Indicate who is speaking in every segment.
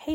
Speaker 1: hey,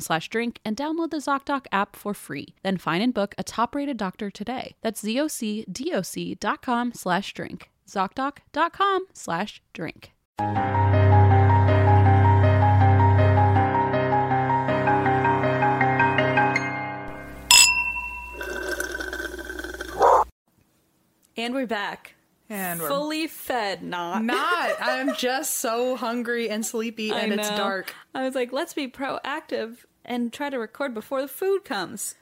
Speaker 2: slash drink and download the ZocDoc app for free. Then find and book a top-rated doctor today. That's ZocDoc.com slash drink. ZocDoc.com slash drink. And we're back.
Speaker 3: And we're
Speaker 2: Fully fed, not.
Speaker 3: not. I'm just so hungry and sleepy and it's dark.
Speaker 2: I was like, let's be proactive and try to record before the food comes.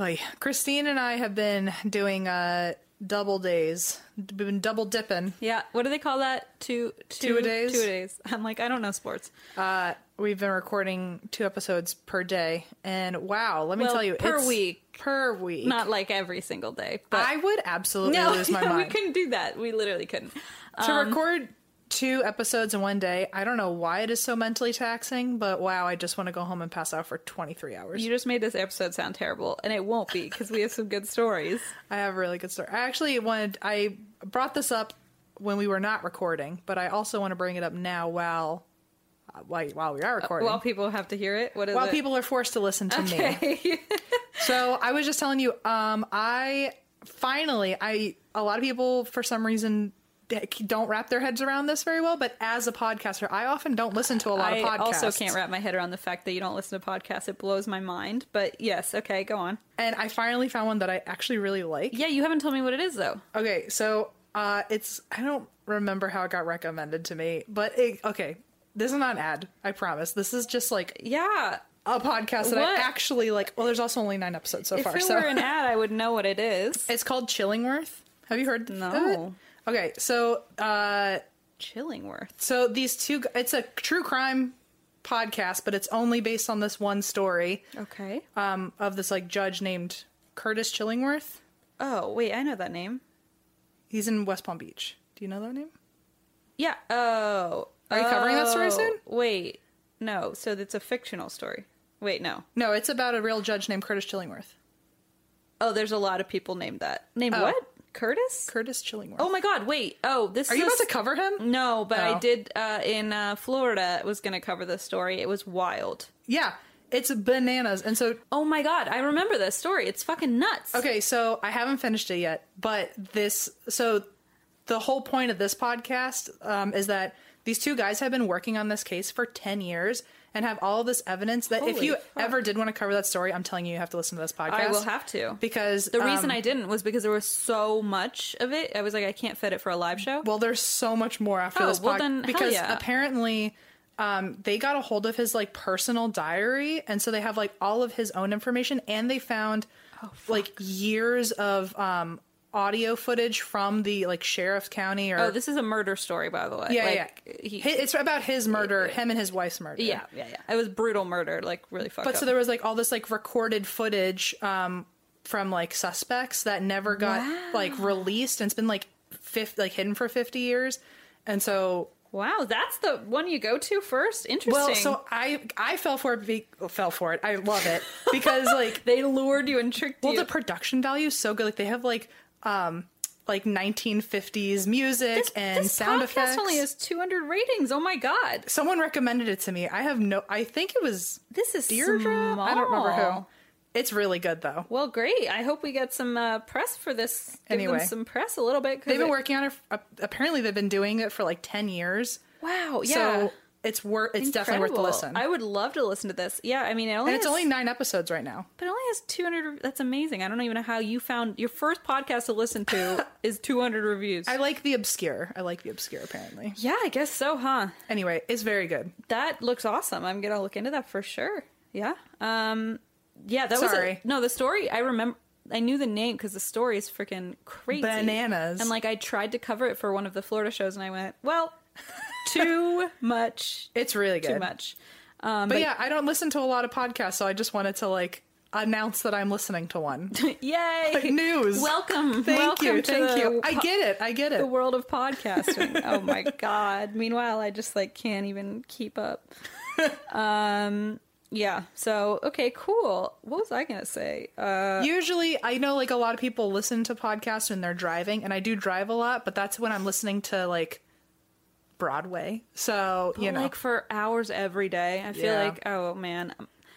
Speaker 3: Oy. Christine and I have been doing uh double days. Been double dipping.
Speaker 2: Yeah, what do they call that? Two
Speaker 3: Two a days?
Speaker 2: Two a days. I'm like, I don't know sports.
Speaker 3: Uh we've been recording two episodes per day and wow, let me
Speaker 2: Well,
Speaker 3: tell you
Speaker 2: per
Speaker 3: it's-
Speaker 2: week.
Speaker 3: Per week.
Speaker 2: Not like every single day, but
Speaker 3: I would absolutely lose my
Speaker 2: we
Speaker 3: mind.
Speaker 2: couldn't do that. We literally couldn't. Um,
Speaker 3: to record two episodes in one day, I don't know why it is so mentally taxing, but wow, I just want to go home and pass out for 23 hours.
Speaker 2: You just made this episode sound terrible, and it won't be because we have some good stories.
Speaker 3: I have a really good story. I actually wanted I brought this up when we were not recording, but I also want to bring it up now while uh, while, while we are recording.
Speaker 2: While people have to hear it, what is
Speaker 3: while
Speaker 2: it?
Speaker 3: people are forced to listen to me. so I was just telling you, um, I finally, I a lot of people for some reason d- don't wrap their heads around this very well. But as a podcaster, I often don't listen to a lot
Speaker 2: I
Speaker 3: of podcasts.
Speaker 2: also can't wrap my head around the fact that you don't listen to podcasts. It blows my mind. But yes, okay, go on.
Speaker 3: And I finally found one that I actually really like.
Speaker 2: Yeah, you haven't told me what it is though.
Speaker 3: Okay, so uh, it's I don't remember how it got recommended to me, but it, okay, this is not an ad. I promise. This is just like
Speaker 2: Yeah,
Speaker 3: a podcast that
Speaker 2: What?
Speaker 3: I actually like. Well, there's also only nine episodes so
Speaker 2: if
Speaker 3: far,
Speaker 2: it
Speaker 3: so
Speaker 2: were an ad, I would know what it is.
Speaker 3: it's called Chillingworth. Have you heard? of
Speaker 2: No.
Speaker 3: it? Okay, so uh,
Speaker 2: Chillingworth.
Speaker 3: so these two, g- it's a true crime podcast, but it's only based on this one story
Speaker 2: Okay.
Speaker 3: um, of this like judge named Curtis Chillingworth.
Speaker 2: Oh wait, I know that name.
Speaker 3: He's in West Palm Beach. Do you know that name?
Speaker 2: Yeah. Oh.
Speaker 3: Are you covering that story
Speaker 2: Oh,
Speaker 3: soon?
Speaker 2: Wait. No. So it's a fictional story. Wait, no.
Speaker 3: No, it's about a real judge named Curtis Chillingworth.
Speaker 2: Oh, there's a lot of people named that. Named
Speaker 3: Oh.
Speaker 2: what? Curtis?
Speaker 3: Curtis Chillingworth.
Speaker 2: oh my god, wait. Oh, this
Speaker 3: Are
Speaker 2: is
Speaker 3: you about to cover him?
Speaker 2: No, but I
Speaker 3: Oh.
Speaker 2: did uh in uh Florida was going to cover this story. It was wild.
Speaker 3: Yeah, it's bananas. And so,
Speaker 2: Oh my god, I remember this story. It's fucking nuts.
Speaker 3: okay, so I haven't finished it yet, but this, so the whole point of this podcast um, is that these two guys have been working on this case for 10 years and have all this evidence that if
Speaker 2: Holy
Speaker 3: you
Speaker 2: fuck.
Speaker 3: ever did want to cover that story, I'm telling you, you have to listen to this podcast.
Speaker 2: I will have to.
Speaker 3: because
Speaker 2: the reason
Speaker 3: um,
Speaker 2: I didn't was because there was so much of it. I was like, I can't fit it for a live show.
Speaker 3: Well, there's so much more after
Speaker 2: Oh,
Speaker 3: this
Speaker 2: well
Speaker 3: pod-
Speaker 2: then, hell
Speaker 3: because
Speaker 2: yeah.
Speaker 3: apparently um, they got a hold of his like personal diary, and so they have like all of his own information, and they found
Speaker 2: Oh,
Speaker 3: like years of um, audio footage from the like sheriff's county or
Speaker 2: oh, this is a murder story, by the way.
Speaker 3: uh, yeah
Speaker 2: like,
Speaker 3: yeah.
Speaker 2: He,
Speaker 3: Hi- it's about his murder, him and his wife's murder.
Speaker 2: yeah, yeah, yeah. It was brutal murder, like really fucked
Speaker 3: But
Speaker 2: up.
Speaker 3: so there was like all this like recorded footage um, from like suspects that never got like released, and it's been like fifth like hidden for fifty years, and so
Speaker 2: wow, that's the one you go to first. Interesting.
Speaker 3: Well, so I I fell for it. Be- fell for it. I love it because like
Speaker 2: they lured you and tricked
Speaker 3: well
Speaker 2: you.
Speaker 3: the production value is so good. Like they have like um like 1950s music
Speaker 2: this,
Speaker 3: and
Speaker 2: this
Speaker 3: sound
Speaker 2: podcast
Speaker 3: effects.
Speaker 2: only has 200 ratings. Oh my god,
Speaker 3: Someone recommended it to me. I have no. I think it was
Speaker 2: this is
Speaker 3: Deirdre. I don't remember who.
Speaker 2: small.
Speaker 3: It's really good though.
Speaker 2: Well, great. I hope we get some uh, press for this. Give
Speaker 3: Anyway.
Speaker 2: them some press a little bit. 'cause
Speaker 3: They've been
Speaker 2: it-
Speaker 3: working on it. f- Apparently, they've been doing it for like 10 years.
Speaker 2: Wow. Yeah.
Speaker 3: So it's worth. It's definitely worth the
Speaker 2: Incredible.
Speaker 3: listen.
Speaker 2: I would love to listen to this. Yeah, I mean, it only
Speaker 3: and it's
Speaker 2: has-
Speaker 3: only nine episodes right now.
Speaker 2: but it only has 200. That's amazing. I don't even know how you found your first podcast to listen to is 200 reviews.
Speaker 3: I like the obscure. I like the obscure. Apparently.
Speaker 2: yeah, I guess so, huh?
Speaker 3: Anyway, it's very good.
Speaker 2: That looks awesome. I'm gonna look into that for sure. Yeah. Um. Yeah, that was
Speaker 3: Sorry.
Speaker 2: a, no the story. I remember. I knew the name because the story is freaking crazy.
Speaker 3: Bananas.
Speaker 2: And like, I tried to cover it for one of the Florida shows, and I went, well, too much.
Speaker 3: It's really good.
Speaker 2: Too much. Um,
Speaker 3: But yeah, I don't listen to a lot of podcasts, so I just wanted to like announce that I'm listening to one.
Speaker 2: Yay!
Speaker 3: Like, news.
Speaker 2: Welcome.
Speaker 3: Thank
Speaker 2: Welcome
Speaker 3: you.
Speaker 2: to
Speaker 3: Thank
Speaker 2: the
Speaker 3: you. I
Speaker 2: po-
Speaker 3: get it. I get it.
Speaker 2: the world of podcasting. oh my god. Meanwhile, I just like can't even keep up. um. Yeah. So okay. Cool. What was I gonna say? Uh.
Speaker 3: Usually, I know like a lot of people listen to podcasts when they're driving, and I do drive a lot, but that's when I'm listening to like Broadway. So you know,
Speaker 2: like for hours every day. I feel
Speaker 3: Yeah.
Speaker 2: like oh man.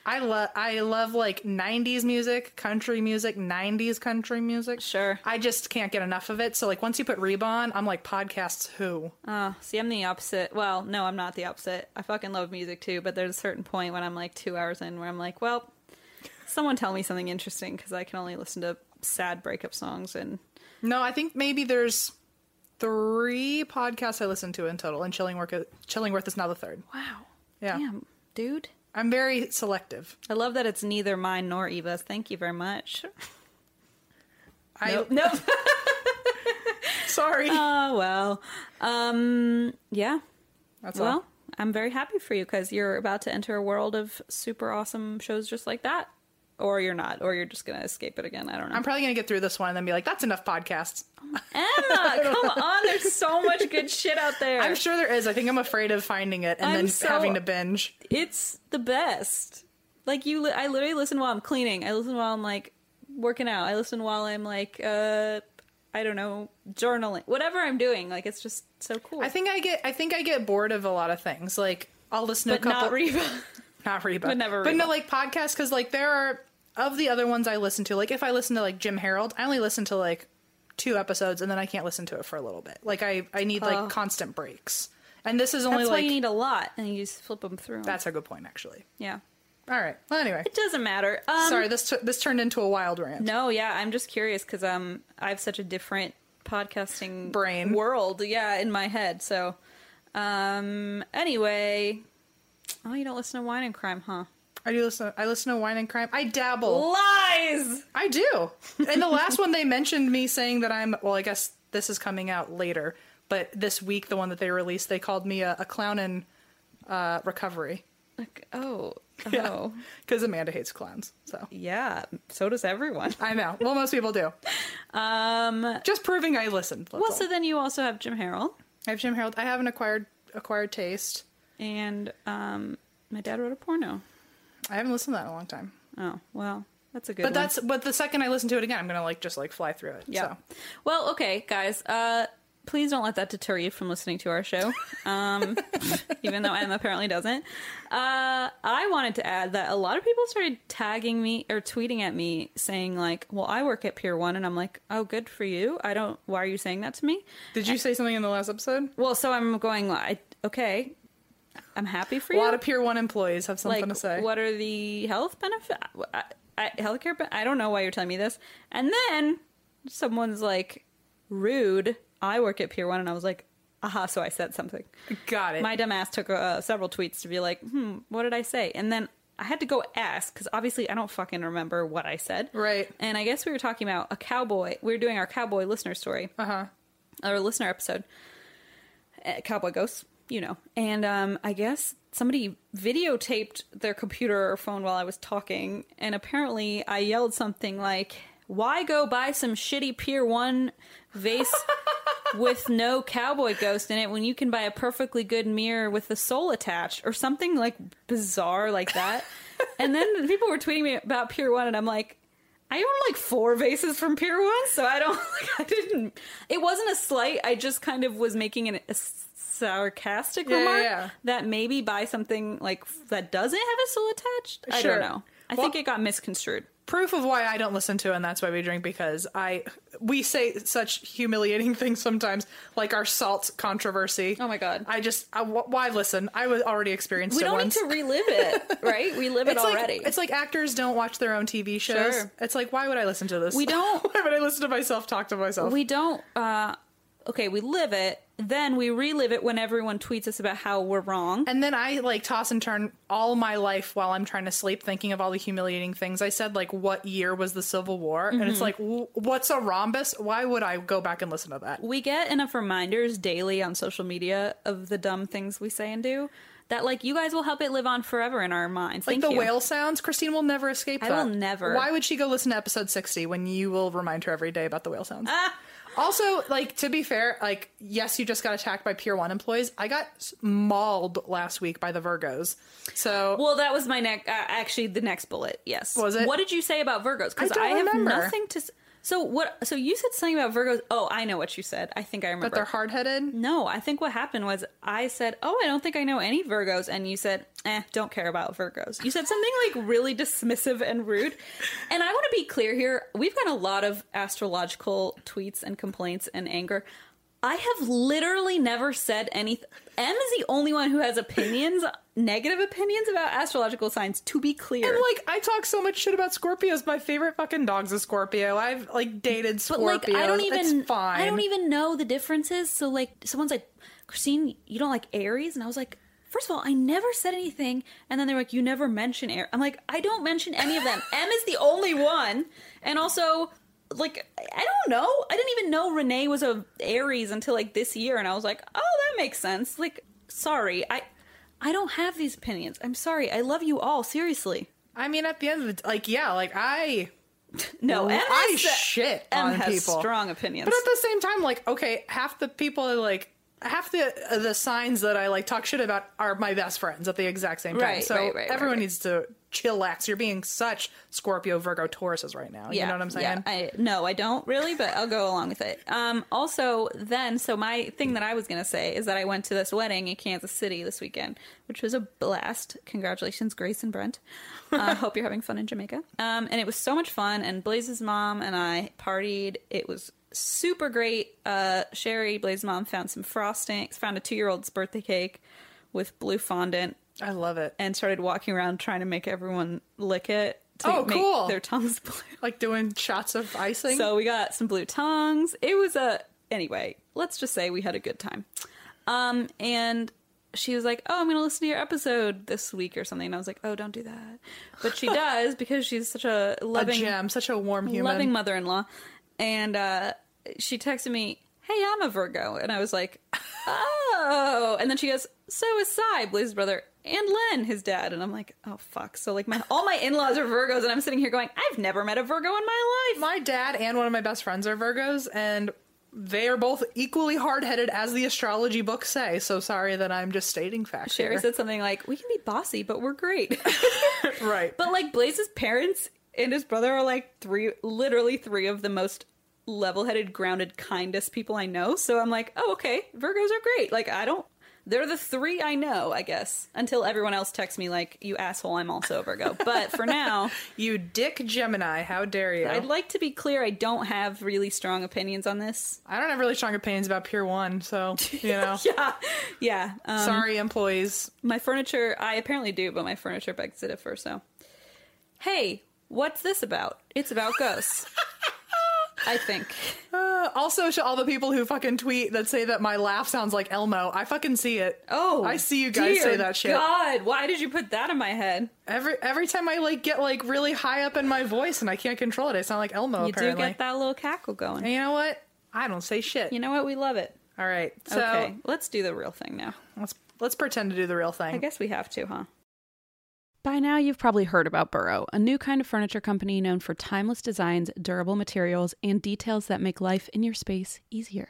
Speaker 3: I love I love like '90s music, country music, '90s country music.
Speaker 2: Sure.
Speaker 3: I just can't get enough of it. So like once you put Rebon, I'm like podcasts who.
Speaker 2: Oh, see, I'm the opposite. Well, no, I'm not the opposite. I fucking love music too, but there's a certain point when I'm like two hours in where I'm like, well, someone tell me something interesting because I can only listen to sad breakup songs and
Speaker 3: No, I think maybe there's three podcasts I listen to in total, and Chillingworth, Chillingworth is now the third.
Speaker 2: wow.
Speaker 3: Yeah.
Speaker 2: Damn, dude.
Speaker 3: I'm very selective.
Speaker 2: I love that it's neither mine nor Eva's. Thank you very much.
Speaker 3: I
Speaker 2: Nope.
Speaker 3: sorry.
Speaker 2: oh well. Um yeah.
Speaker 3: That's
Speaker 2: Well,
Speaker 3: all.
Speaker 2: I'm very happy for you because you're about to enter a world of super awesome shows just like that. Or you're not, or you're just gonna escape it again. I don't know.
Speaker 3: I'm probably gonna get through this one and then be like, "That's enough podcasts."
Speaker 2: Emma, come on! There's so much good shit out there.
Speaker 3: I'm sure there is. I think I'm afraid of finding it and
Speaker 2: I'm
Speaker 3: then
Speaker 2: so-
Speaker 3: having to binge.
Speaker 2: it's the best. Like you, li- I literally listen while I'm cleaning. I listen while I'm like working out. I listen while I'm like, uh, I don't know, journaling, whatever I'm doing. Like it's just so cool.
Speaker 3: I think I get. I think I get bored of a lot of things. Like I'll listen to
Speaker 2: But
Speaker 3: a couple.
Speaker 2: not Reba.
Speaker 3: not Reba,
Speaker 2: But never
Speaker 3: But
Speaker 2: Reba.
Speaker 3: no, like podcasts, because like there are of the other ones I listen to. Like if I listen to like Jim Harold, I only listen to like two episodes, and then I can't listen to it for a little bit. Like I I need like constant breaks, and this is only
Speaker 2: That's why
Speaker 3: like
Speaker 2: you need a lot, and you just flip them through.
Speaker 3: that's a good point actually.
Speaker 2: yeah.
Speaker 3: All right. Well, anyway,
Speaker 2: It doesn't matter. Um,
Speaker 3: sorry this t- this turned into a wild rant.
Speaker 2: No, yeah, I'm just curious because um, I have such a different podcasting
Speaker 3: Brain.
Speaker 2: world, yeah, in my head. So, um, anyway, oh, you don't listen to Wine and Crime, huh?
Speaker 3: I do listen. I listen to Wine and Crime. I dabble.
Speaker 2: Lies.
Speaker 3: I do. And the last one they mentioned me saying that I'm well, I guess this is coming out later, but this week the one that they released, they called me a, a clown in uh, recovery
Speaker 2: Like, oh, oh,
Speaker 3: because Amanda hates clowns. So
Speaker 2: yeah. So does everyone.
Speaker 3: I know. Well, most people do.
Speaker 2: Um.
Speaker 3: Just proving I listened. that's
Speaker 2: Well,
Speaker 3: all.
Speaker 2: so then you also have Jim Harrell,
Speaker 3: I have Jim Harold. I have an acquired acquired taste.
Speaker 2: and um, my dad wrote a porno.
Speaker 3: I haven't listened to that in a long time.
Speaker 2: Oh, well, that's a good.
Speaker 3: But
Speaker 2: one.
Speaker 3: that's but the second I listen to it again, I'm gonna like just like fly through it.
Speaker 2: Yeah.
Speaker 3: So.
Speaker 2: Well, okay, guys. Uh, please don't let that deter you from listening to our show. Um, even though Em apparently doesn't. Uh, I wanted to add that a lot of people started tagging me or tweeting at me saying like, "Well, I work at Pier One," and I'm like, "Oh, good for you. I don't. Why are you saying that to me?"
Speaker 3: Did you say something in the last episode?
Speaker 2: Well, so I'm going. I okay. I'm happy for
Speaker 3: A
Speaker 2: you.
Speaker 3: lot of Pier One employees have something
Speaker 2: like,
Speaker 3: to say.
Speaker 2: what are the health benefits? I, I, healthcare? Be- I don't know why you're telling me this. And then someone's like, "Rude." I work at Pier One, and I was like, "Aha!" So I said something.
Speaker 3: Got it.
Speaker 2: My dumb ass took uh, several tweets to be like, "Hmm, what did I say?" And then I had to go ask because obviously I don't fucking remember what I said.
Speaker 3: Right.
Speaker 2: And I guess we were talking about a cowboy. We were doing our cowboy listener story
Speaker 3: uh huh.
Speaker 2: or listener episode, uh, Cowboy Ghosts, you know. And um, I guess somebody videotaped their computer or phone while I was talking, and apparently I yelled something like, "Why go buy some shitty Pier One vase?" With no cowboy ghost in it, when you can buy a perfectly good mirror with the soul attached, or something like bizarre like that. and then people were tweeting me about Pier One, and I'm like, I own like four vases from Pier One, so I don't. Like, I didn't. It wasn't a slight. I just kind of was making an, a s- sarcastic
Speaker 3: Yeah, yeah,
Speaker 2: remark
Speaker 3: yeah.
Speaker 2: that maybe buy something like that doesn't have a soul attached. I
Speaker 3: Sure.
Speaker 2: don't know. I
Speaker 3: Well-
Speaker 2: think it got misconstrued.
Speaker 3: proof of why I don't listen to and that's why we drink because I we say such humiliating things sometimes like our salt controversy.
Speaker 2: Oh my God.
Speaker 3: I just I, wh- why listen? I was already experienced
Speaker 2: We
Speaker 3: it
Speaker 2: don't
Speaker 3: once.
Speaker 2: need to relive it, right? We live it
Speaker 3: it's
Speaker 2: already.
Speaker 3: like it's like actors don't watch their own TV shows.
Speaker 2: Sure.
Speaker 3: It's like why would I listen to this?
Speaker 2: We don't-
Speaker 3: why would I listen to myself talk to myself?
Speaker 2: we don't. uh Okay, we live it. Then we relive it when everyone tweets us about how we're wrong.
Speaker 3: and then I like toss and turn all my life while I'm trying to sleep, thinking of all the humiliating things I said. Like, what year was the Civil War? And
Speaker 2: Mm-hmm.
Speaker 3: it's like, w- what's a rhombus? Why would I go back and listen to that?
Speaker 2: we get enough reminders daily on social media of the dumb things we say and do that like you guys will help it live on forever in our minds.
Speaker 3: Like
Speaker 2: Thank
Speaker 3: the
Speaker 2: you.
Speaker 3: whale sounds, Christine will never escape
Speaker 2: I
Speaker 3: that.
Speaker 2: will never.
Speaker 3: Why would she go listen to episode 60 when you will remind her every day about the whale sounds?
Speaker 2: Ah.
Speaker 3: Also, like to be fair, like yes, you just got attacked by Pier 1 employees. I got s- mauled last week by the Virgos. So
Speaker 2: Well, that was my neck. Uh, actually, the next bullet. Yes.
Speaker 3: Was it?
Speaker 2: What did you say about Virgos?
Speaker 3: I
Speaker 2: Because
Speaker 3: don't
Speaker 2: I, have
Speaker 3: remember.
Speaker 2: nothing to. s- So what? So you said something about Virgos. Oh, I know what you said. I think I remember.
Speaker 3: but they're hard-headed.
Speaker 2: No, I think what happened was I said, "Oh, I don't think I know any Virgos," and you said, "Eh, don't care about Virgos." You said something like really dismissive and rude. And I want to be clear here: we've got a lot of astrological tweets and complaints and anger. I have literally never said anything. M is the only one who has opinions, negative opinions about astrological signs. To be clear,
Speaker 3: And like I talk so much shit about Scorpios. My favorite fucking dog's a Scorpio. I've like dated Scorpios.
Speaker 2: But like, I don't even.
Speaker 3: it's fine.
Speaker 2: I don't e even know the differences. So like, someone's like, Christine, you don't like Aries, and I was like, first of all, I never said anything, and then they're like, you never mention Aries. I'm like, I don't mention any of them. M is the only one, and also. Like I I don't know. I didn't even know Renee was a Aries until like this year, and I was like, "Oh, that makes sense." Like, sorry, I, I don't have these opinions. I'm sorry. I love you all, seriously.
Speaker 3: I mean, at the end of the like, yeah, like I
Speaker 2: No, Oh, M
Speaker 3: I
Speaker 2: has-
Speaker 3: shit
Speaker 2: M
Speaker 3: on
Speaker 2: has
Speaker 3: people.
Speaker 2: strong opinions.
Speaker 3: But at the same time, like, okay, half the people are like half the uh, the signs that I like talk shit about are my best friends at the exact same time.
Speaker 2: Right,
Speaker 3: so
Speaker 2: right, right,
Speaker 3: everyone
Speaker 2: right.
Speaker 3: needs to chillax. You're being such Scorpio, Virgo, Tauruses right now. you know what I'm saying?
Speaker 2: Yeah, I, no, I don't really, but I'll go along with it. Um, also, then, so my thing that I was going to say is that I went to this wedding in Kansas City this weekend, which was a blast. Congratulations, Grace and Brent. uh, hope you're having fun in Jamaica. Um, and it was so much fun, and Blaze's mom and I partied. It was super great. Uh, Sherry, Blaze's mom, found some frosting, found a two year old's birthday cake with blue fondant
Speaker 3: I love it.
Speaker 2: and started walking around trying to make everyone lick it. To
Speaker 3: Oh,
Speaker 2: make
Speaker 3: cool.
Speaker 2: Their tongues blue.
Speaker 3: Like doing shots of icing.
Speaker 2: So we got some blue tongues. It was a anyway. Let's just say we had a good time. Um, and she was like, "Oh, I'm gonna listen to your episode this week or something." And I was like, "Oh, don't do that," but she does because she's such a
Speaker 3: a
Speaker 2: loving,
Speaker 3: gem, such a warm human.
Speaker 2: loving mother-in-law. And uh, she texted me, "Hey, I'm a Virgo," and I was like, "Oh!" And then she goes, "So is Cy, Blaze's brother." And Len, his dad, and I'm like, oh fuck. So like my all my in-laws are Virgos, and I'm sitting here going, I've never met a Virgo in my life.
Speaker 3: my dad and one of my best friends are Virgos, and they are both equally hard headed as the astrology books say. So sorry that I'm just stating facts.
Speaker 2: Sherry
Speaker 3: here.
Speaker 2: said something like, "We can be bossy, but we're great."
Speaker 3: right.
Speaker 2: but like Blaze's parents and his brother are like three, literally three of the most level-headed, grounded, kindest people I know. So I'm like, "Oh, okay, Virgos are great." Like I don't.
Speaker 4: They're the three I know, I guess, until everyone else texts me, like, you asshole, I'm also a Virgo. But for now,
Speaker 3: You dick Gemini, how dare you?
Speaker 4: I'd like to be clear I don't have really strong opinions on this.
Speaker 3: I don't have really strong opinions about Pier 1, so, you know.
Speaker 4: Yeah. Yeah. Um,
Speaker 3: Sorry, employees.
Speaker 4: My furniture, I apparently do, but my furniture begs it at first, so. Hey, what's this about? It's about ghosts. I think.
Speaker 3: Uh, also, to all the people who fucking tweet that say that my laugh sounds like Elmo, I fucking see it.
Speaker 4: Oh,
Speaker 3: I see you guys
Speaker 4: dear
Speaker 3: say that shit.
Speaker 4: God, why did you put that in my head?
Speaker 3: Every every time I like get like really high up in my voice and I can't control it, I sound like Elmo.
Speaker 4: You
Speaker 3: apparently.
Speaker 4: do get that little cackle going.
Speaker 3: And you know what? I don't say shit.
Speaker 4: You know what? We love it.
Speaker 3: All right, so
Speaker 4: okay, let's do the real thing now.
Speaker 3: let's let's pretend to do the real
Speaker 4: I
Speaker 3: thing.
Speaker 4: guess we have to, huh?
Speaker 2: By now, you've probably heard about Burrow, a new kind of furniture company known for timeless designs, durable materials, and details that make life in your space easier.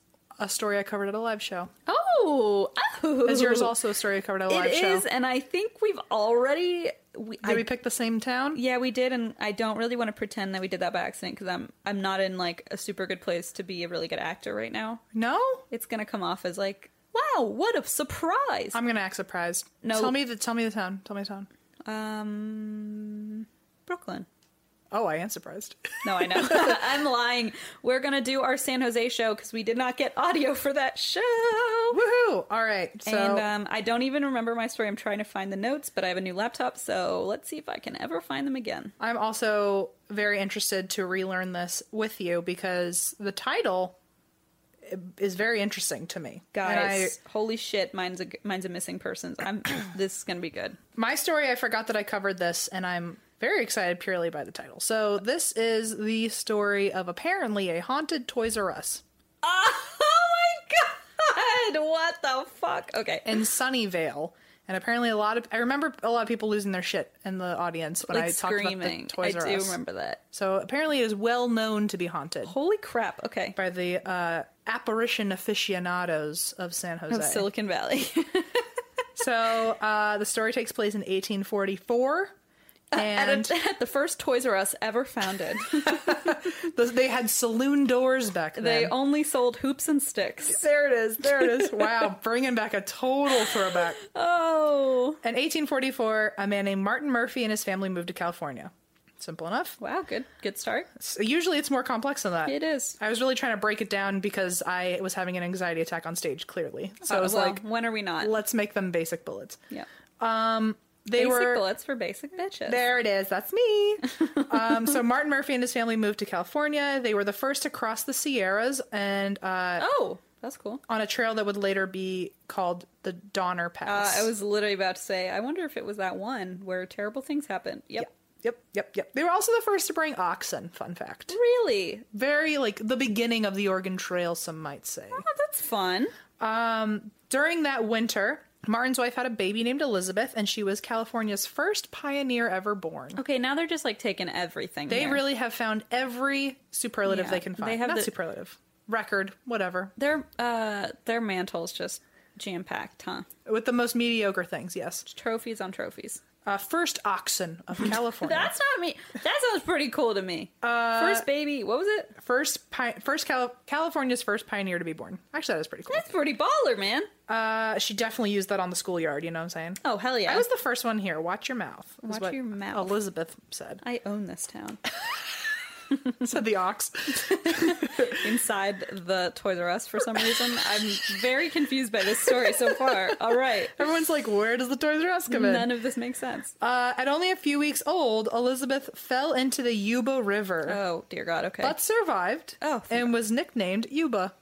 Speaker 3: a story I covered at a live show.
Speaker 4: Oh, oh.
Speaker 3: Is yours also a story I covered at a live
Speaker 4: It
Speaker 3: show?
Speaker 4: is, and I think we've already. We,
Speaker 3: Did
Speaker 4: I,
Speaker 3: we pick the same town?
Speaker 4: yeah, we did, and I don't really want to pretend that we did that by accident because I'm I'm not in like a super good place to be a really good actor right now.
Speaker 3: No,
Speaker 4: It's gonna come off as like, wow, what a surprise.
Speaker 3: I'm gonna act surprised.
Speaker 4: No.
Speaker 3: tell me the tell me the town. Tell me the town.
Speaker 4: Um, Brooklyn.
Speaker 3: Oh, I am surprised.
Speaker 4: No, I know. I'm lying. We're gonna do our San Jose show because we did not get audio for that show.
Speaker 3: Woohoo! All right, so
Speaker 4: and um, I don't even remember my story. I'm trying to find the notes, but I have a new laptop, so let's see if I can ever find them again.
Speaker 3: I'm also very interested to relearn this with you because the title is very interesting to me, And I-
Speaker 4: Guys, holy shit, mine's a mine's a missing persons. I'm this is gonna be good.
Speaker 3: my story i forgot that i covered this and i'm very excited purely by the title so this is the story of apparently a haunted toys r us
Speaker 4: Oh my god! What the fuck? Okay,
Speaker 3: in sunnyvale and apparently a lot of i remember a lot of people losing their shit in the audience when
Speaker 4: like
Speaker 3: i talked
Speaker 4: screaming.
Speaker 3: about the toys
Speaker 4: I
Speaker 3: r
Speaker 4: do
Speaker 3: us
Speaker 4: remember that.
Speaker 3: so apparently it is well known to be haunted
Speaker 4: Holy crap! Okay,
Speaker 3: by the uh, apparition aficionados of san jose
Speaker 4: Silicon Valley.
Speaker 3: so uh, the story takes place in 1844 And
Speaker 2: at, a, at the first Toys R Us ever founded.
Speaker 3: the, they had saloon doors back then.
Speaker 2: they only sold hoops and sticks.
Speaker 3: there it is. There it is. Wow, bringing back a total throwback.
Speaker 2: Oh,
Speaker 3: In 1844, a man named Martin Murphy and his family moved to California. Simple enough.
Speaker 2: wow, Oh, good good start.
Speaker 3: S- Usually it's more complex than that.
Speaker 2: It is.
Speaker 3: I was really trying to break it down because I was having an anxiety attack on stage, clearly. So I
Speaker 2: Oh,
Speaker 3: was
Speaker 2: well,
Speaker 3: like,
Speaker 2: when are we not?
Speaker 3: let's make them basic bullets. Um,
Speaker 2: yeah,
Speaker 3: They
Speaker 2: basic
Speaker 3: were
Speaker 2: bullets for basic bitches.
Speaker 3: There it is. That's me. um, so Martin Murphy and his family moved to California. They were the first to cross the Sierras and uh,
Speaker 2: Oh, that's cool.
Speaker 3: on a trail that would later be called the Donner
Speaker 2: Uh,
Speaker 3: Pass.
Speaker 2: I was literally about to say, I wonder if it was that one where terrible things happened. Yep.
Speaker 3: Yep. Yep, yep, yep. They were also the first to bring oxen, fun fact.
Speaker 2: Really?
Speaker 3: Very like the beginning of the Oregon Trail, some might say.
Speaker 2: Oh, that's fun.
Speaker 3: During that winter, Martin's wife had a baby named Elizabeth, and she was California's first pioneer ever born.
Speaker 2: Okay, now they're just like taking everything.
Speaker 3: They
Speaker 2: here.
Speaker 3: really have found every superlative
Speaker 2: Yeah,
Speaker 3: they can
Speaker 2: they
Speaker 3: find.
Speaker 2: have
Speaker 3: Not
Speaker 2: the-
Speaker 3: superlative. Record, whatever.
Speaker 2: their uh their mantles just jam packed, huh?
Speaker 3: With the most mediocre things, yes.
Speaker 2: Trophies on trophies.
Speaker 3: Uh, first oxen of California.
Speaker 2: That's not me. That sounds pretty cool to me. Uh, First baby. What was it?
Speaker 3: first, pi- first Cal- California's first pioneer to be born. Actually, that is pretty cool.
Speaker 2: That's pretty baller, man.
Speaker 3: Uh, she definitely used that on the schoolyard. You know what I'm saying?
Speaker 2: Oh hell yeah!
Speaker 3: I was the first one here. Watch your mouth. is
Speaker 2: Watch
Speaker 3: what
Speaker 2: your mouth.
Speaker 3: Elizabeth said.
Speaker 2: I own this town.
Speaker 3: said the ox.
Speaker 2: Inside the Toys R Us for some reason. I'm very confused by this story so far. All right.
Speaker 3: Everyone's like, where does the Toys R Us come in?
Speaker 2: None of this makes sense.
Speaker 3: Uh, at only a few weeks old, Elizabeth fell into the Yuba River,
Speaker 2: Oh dear God. Okay.
Speaker 3: but survived
Speaker 2: Oh, thank
Speaker 3: and was nicknamed Yuba.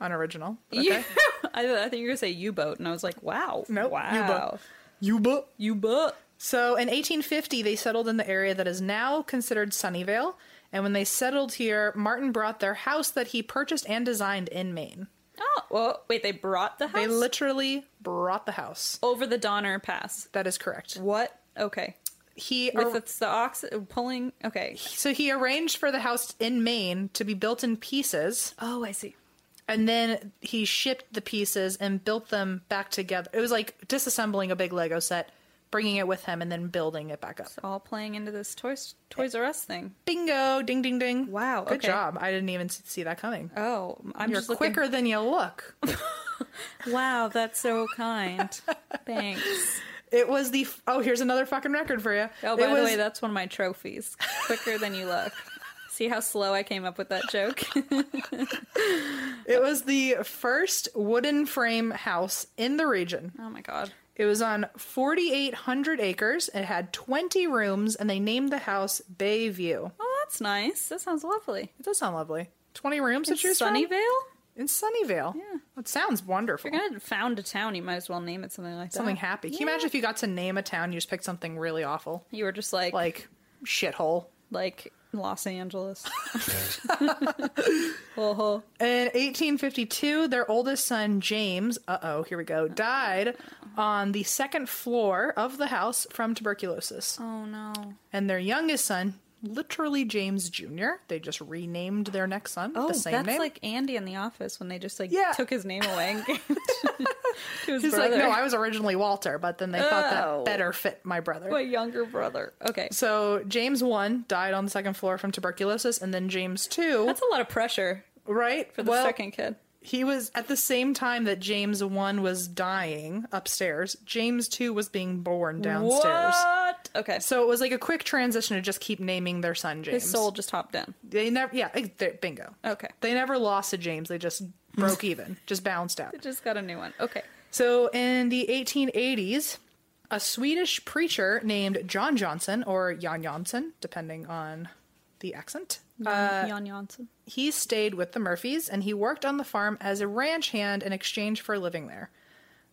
Speaker 3: Unoriginal. but
Speaker 2: You-
Speaker 3: Okay.
Speaker 2: I, I think you were gonna say U boat, and I was like, wow,
Speaker 3: Nope,
Speaker 2: wow,
Speaker 3: Yuba.
Speaker 2: U boat.
Speaker 3: So in 1850, they settled in the area that is now considered Sunnyvale. And when they settled here, Martin brought their house that he purchased and designed in Maine.
Speaker 2: Oh, well, wait, they brought the house
Speaker 3: They literally brought the house.
Speaker 2: over the Donner Pass.
Speaker 3: That is correct.
Speaker 2: What? Okay,
Speaker 3: He
Speaker 2: with
Speaker 3: ar-
Speaker 2: the, the ox uh, pulling. Okay.
Speaker 3: so he arranged for the house in Maine to be built in pieces.
Speaker 2: Oh, I see.
Speaker 3: and then he shipped the pieces and built them back together. It was like disassembling a big Lego set, bringing it with him, and then building it back up.
Speaker 2: All playing into this Toys Toys R Us thing.
Speaker 3: Bingo! Ding, ding, ding!
Speaker 2: Wow,
Speaker 3: Good
Speaker 2: okay.
Speaker 3: job. I didn't even s- see that coming.
Speaker 2: Oh, I'm
Speaker 3: You're
Speaker 2: just looking-
Speaker 3: quicker than you look.
Speaker 2: Wow, that's so kind. Thanks.
Speaker 3: It was the f- oh, here's another fucking record for you.
Speaker 2: Oh, by
Speaker 3: it was,
Speaker 2: the way, that's one of my trophies. Quicker than you look. See how slow I came up with that joke?
Speaker 3: it was the first wooden frame house in the region.
Speaker 2: oh my god.
Speaker 3: It was on 4,800 acres. It had 20 rooms, and they named the house Bayview.
Speaker 2: Oh, that's nice. That sounds lovely.
Speaker 3: It does sound lovely. 20 rooms to choose from?
Speaker 2: Sunnyvale?
Speaker 3: In Sunnyvale.
Speaker 2: Yeah.
Speaker 3: It sounds wonderful.
Speaker 2: If you're gonna found a town, you might as well name it something like that.
Speaker 3: something happy. Can you imagine if you got to name a town, you just picked something really awful?
Speaker 2: You were just like like,
Speaker 3: Like shithole.
Speaker 2: Los Angeles. oh,
Speaker 3: In 1852, their oldest son, James, uh oh, here we go, died on the second floor of the house from tuberculosis.
Speaker 2: oh no.
Speaker 3: And their youngest son, literally James Jr., they just renamed their next son
Speaker 2: Oh,
Speaker 3: the same
Speaker 2: that's
Speaker 3: name.
Speaker 2: like Andy in The Office when they just like
Speaker 3: Yeah.
Speaker 2: took his name away and gave it to his
Speaker 3: He's like,
Speaker 2: brother.
Speaker 3: no, I was originally Walter, but then they thought
Speaker 2: Oh.
Speaker 3: that better fit my brother.
Speaker 2: my younger brother. Okay,
Speaker 3: So James one died on the second floor from tuberculosis, and then James two,
Speaker 2: that's a lot of pressure
Speaker 3: right?
Speaker 2: for the second kid.
Speaker 3: he was at the same time that James one was dying upstairs. James two was being born downstairs.
Speaker 2: What? Okay,
Speaker 3: So it was like a quick transition to just keep naming their son James.
Speaker 2: his soul just hopped in.
Speaker 3: They never, yeah, it- they- bingo.
Speaker 2: Okay,
Speaker 3: They never lost to James. They just broke even, just bounced out.
Speaker 2: just got a new one. Okay,
Speaker 3: So in the 1880s, a Swedish preacher named John Johnson or Jan Jansson, depending on the accent,
Speaker 2: Jan Janssen.
Speaker 3: he stayed with the Murphys and he worked on the farm as a ranch hand in exchange for living there.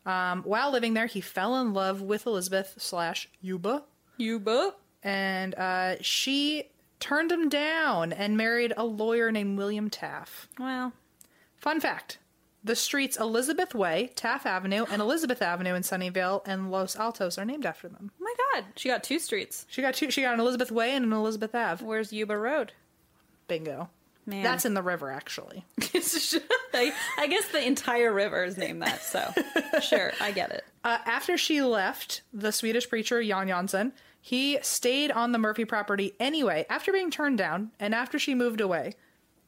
Speaker 3: Um, while living there, he fell in love with Elizabeth slash Yuba,
Speaker 2: Yuba.
Speaker 3: and uh, she turned him down and married a lawyer named William Taff.
Speaker 2: Well,
Speaker 3: Fun fact the streets Elizabeth Way, Taff Avenue, and Elizabeth Avenue in Sunnyvale and Los Altos are named after them.
Speaker 2: my God, she got two streets.
Speaker 3: She got two, she got an Elizabeth Way and an Elizabeth Ave.
Speaker 2: Where's Yuba Road?
Speaker 3: Bingo.
Speaker 2: Man,
Speaker 3: That's in the river, actually.
Speaker 2: I, I guess the entire river is named that. So sure, I get it.
Speaker 3: Uh, after she left the Swedish preacher Jan Jansson, He stayed on the Murphy property anyway after being turned down and after she moved away.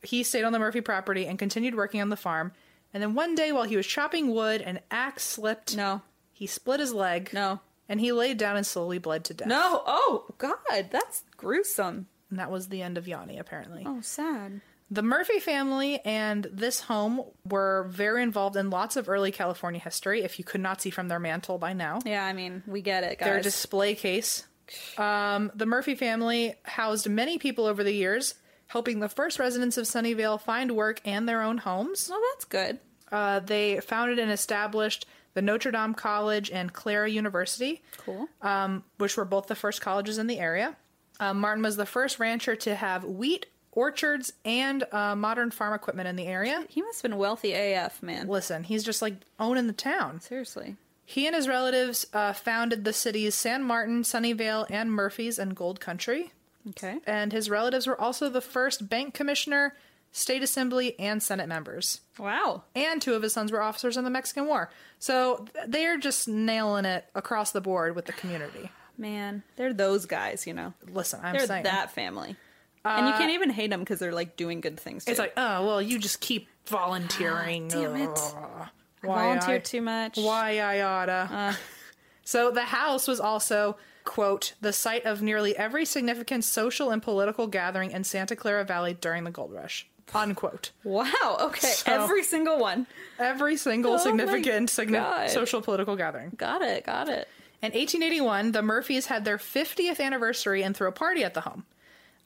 Speaker 3: He stayed on the Murphy property and continued working on the farm. And then one day while he was chopping wood, an axe slipped.
Speaker 2: No.
Speaker 3: He split his leg.
Speaker 2: No.
Speaker 3: And he laid down and slowly bled to death.
Speaker 2: No. Oh, God. That's gruesome.
Speaker 3: And that was the end of Yanni, apparently.
Speaker 2: Oh, sad.
Speaker 3: The Murphy family and this home were very involved in lots of early California history, if you could not see from their mantle by now.
Speaker 2: Yeah, I mean, we get it, guys.
Speaker 3: Their display case. Um, the Murphy family housed many people over the years, helping the first residents of Sunnyvale find work and their own homes.
Speaker 2: well, Oh, that's good.
Speaker 3: Uh, they founded and established the Notre Dame College and Clara University,
Speaker 2: Cool.
Speaker 3: um, which were both the first colleges in the area. Uh, Martin was the first rancher to have wheat, orchards, and uh, modern farm equipment in the area.
Speaker 2: He must have been wealthy AF, man.
Speaker 3: Listen, he's just like owning the town.
Speaker 2: Seriously.
Speaker 3: He and his relatives uh, founded the cities San Martin, Sunnyvale, and Murphy's and Gold Country.
Speaker 2: Okay.
Speaker 3: And his relatives were also the first bank commissioner, state assembly, and senate members.
Speaker 2: Wow.
Speaker 3: and two of his sons were officers in the Mexican War. So th- they're just nailing it across the board with the community.
Speaker 2: Man, they're those guys, you know.
Speaker 3: Listen, I'm
Speaker 2: They're
Speaker 3: saying
Speaker 2: that family. and you can't even hate them because they're like doing good things too.
Speaker 3: it's like, oh well, you just keep volunteering.
Speaker 2: damn it.
Speaker 3: Ugh.
Speaker 2: I
Speaker 3: Why
Speaker 2: volunteer
Speaker 3: I-
Speaker 2: too much. Uh.
Speaker 3: Why I oughta. so the house was also quote the site of nearly every significant social and political gathering in Santa Clara Valley during the gold rush. Unquote.
Speaker 2: Wow. Okay.
Speaker 3: So-
Speaker 2: Every single one.
Speaker 3: Every single
Speaker 2: Oh my
Speaker 3: significant
Speaker 2: God.
Speaker 3: signi- social political gathering.
Speaker 2: Got it. Got it.
Speaker 3: In 1881, the Murphys had their 50th anniversary and threw a party at the home.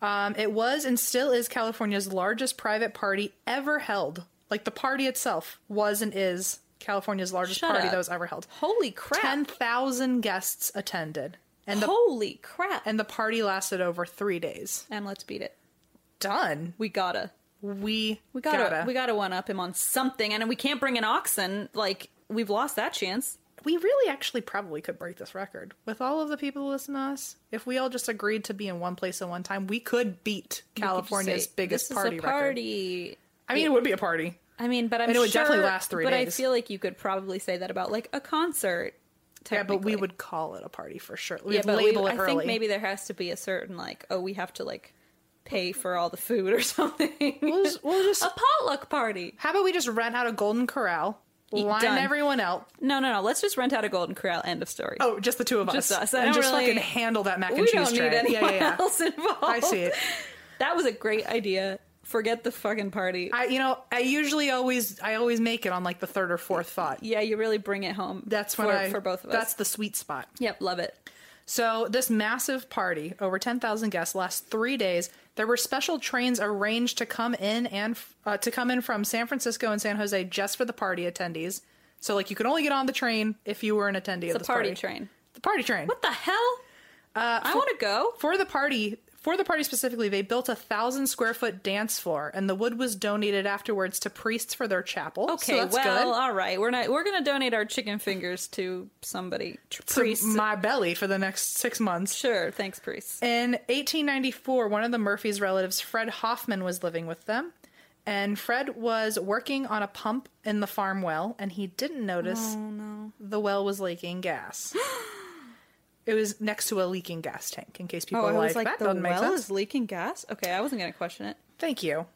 Speaker 3: Um, it was and still is California's largest private party ever held. Like the party itself was and is California's largest
Speaker 2: Shut
Speaker 3: party
Speaker 2: up.
Speaker 3: that was ever held.
Speaker 2: Holy crap.
Speaker 3: 10,000 guests attended, and the
Speaker 2: Holy crap. And,
Speaker 3: and the party lasted over three days.
Speaker 2: let's beat it.
Speaker 3: Done.
Speaker 2: We gotta.
Speaker 3: We
Speaker 2: We gotta,
Speaker 3: gotta.
Speaker 2: We gotta one up him on something. And we can't bring an oxen. Like we've lost that chance.
Speaker 3: we really actually probably could break this record with all of the people who listen to us. If we all just agreed to be in one place at one time, we could beat
Speaker 2: We could just
Speaker 3: California's
Speaker 2: say,
Speaker 3: biggest
Speaker 2: this
Speaker 3: party
Speaker 2: Is a
Speaker 3: record.
Speaker 2: party.
Speaker 3: I mean, it would be a party.
Speaker 2: I mean, but I'm
Speaker 3: And it would
Speaker 2: sure,
Speaker 3: definitely last three
Speaker 2: But I
Speaker 3: days.
Speaker 2: feel like you could probably say that about like a concert.
Speaker 3: Yeah, but we
Speaker 2: technically.
Speaker 3: would call it a party for sure. We'd
Speaker 2: yeah, but we-
Speaker 3: label it
Speaker 2: I
Speaker 3: early.
Speaker 2: think maybe there has to be a certain like, oh, we have to like pay for all the food or something.
Speaker 3: we'll just, we'll just-
Speaker 2: a potluck party.
Speaker 3: how about we just rent out a Golden Corral,
Speaker 2: Eat-
Speaker 3: line
Speaker 2: done.
Speaker 3: everyone up.
Speaker 2: No, no, no. Let's just rent out a Golden Corral. End of story.
Speaker 3: Oh, just the two of us.
Speaker 2: Just us. I
Speaker 3: and
Speaker 2: don't
Speaker 3: just
Speaker 2: really-
Speaker 3: fucking handle that mac and
Speaker 2: we
Speaker 3: cheese
Speaker 2: don't need
Speaker 3: tray.
Speaker 2: anyone
Speaker 3: yeah, yeah, yeah.
Speaker 2: else involved.
Speaker 3: I see it.
Speaker 2: That was a great idea. Forget the fucking party.
Speaker 3: I, you know, I usually always, I always make it on like the third or fourth thought.
Speaker 2: yeah, you really bring it home.
Speaker 3: That's
Speaker 2: for,
Speaker 3: when I,
Speaker 2: for both of us.
Speaker 3: That's the sweet spot.
Speaker 2: yep, love it.
Speaker 3: So this massive party, over 10,000 guests, lasts three days. There were special trains arranged to come in and uh, to come in from San Francisco and San Jose just for the party attendees. So like you could only get on the train if you were an attendee of
Speaker 2: The
Speaker 3: this
Speaker 2: party
Speaker 3: party,
Speaker 2: train.
Speaker 3: The party train.
Speaker 2: What the hell? I want to go.
Speaker 3: For the party, for the party specifically, they built a thousand square foot dance floor, and the wood was donated afterwards to priests for their chapel. So
Speaker 2: Okay,
Speaker 3: that's
Speaker 2: well, uh,
Speaker 3: good.
Speaker 2: all right. We're not. We're gonna donate our chicken fingers to somebody. Tr-
Speaker 3: To
Speaker 2: Priests.
Speaker 3: my belly for the next six months.
Speaker 2: sure. Thanks, priests.
Speaker 3: In 1894, one of the Murphys' relatives, Fred Hoffman, was living with them. And Fred was working on a pump in the farm well, and he didn't notice
Speaker 2: Oh,
Speaker 3: the well was leaking gas. it was next to a leaking gas tank, in case
Speaker 2: Oh,
Speaker 3: people are like, that doesn't make sense.
Speaker 2: leaking gas. Okay, I wasn't gonna question it.
Speaker 3: Thank you.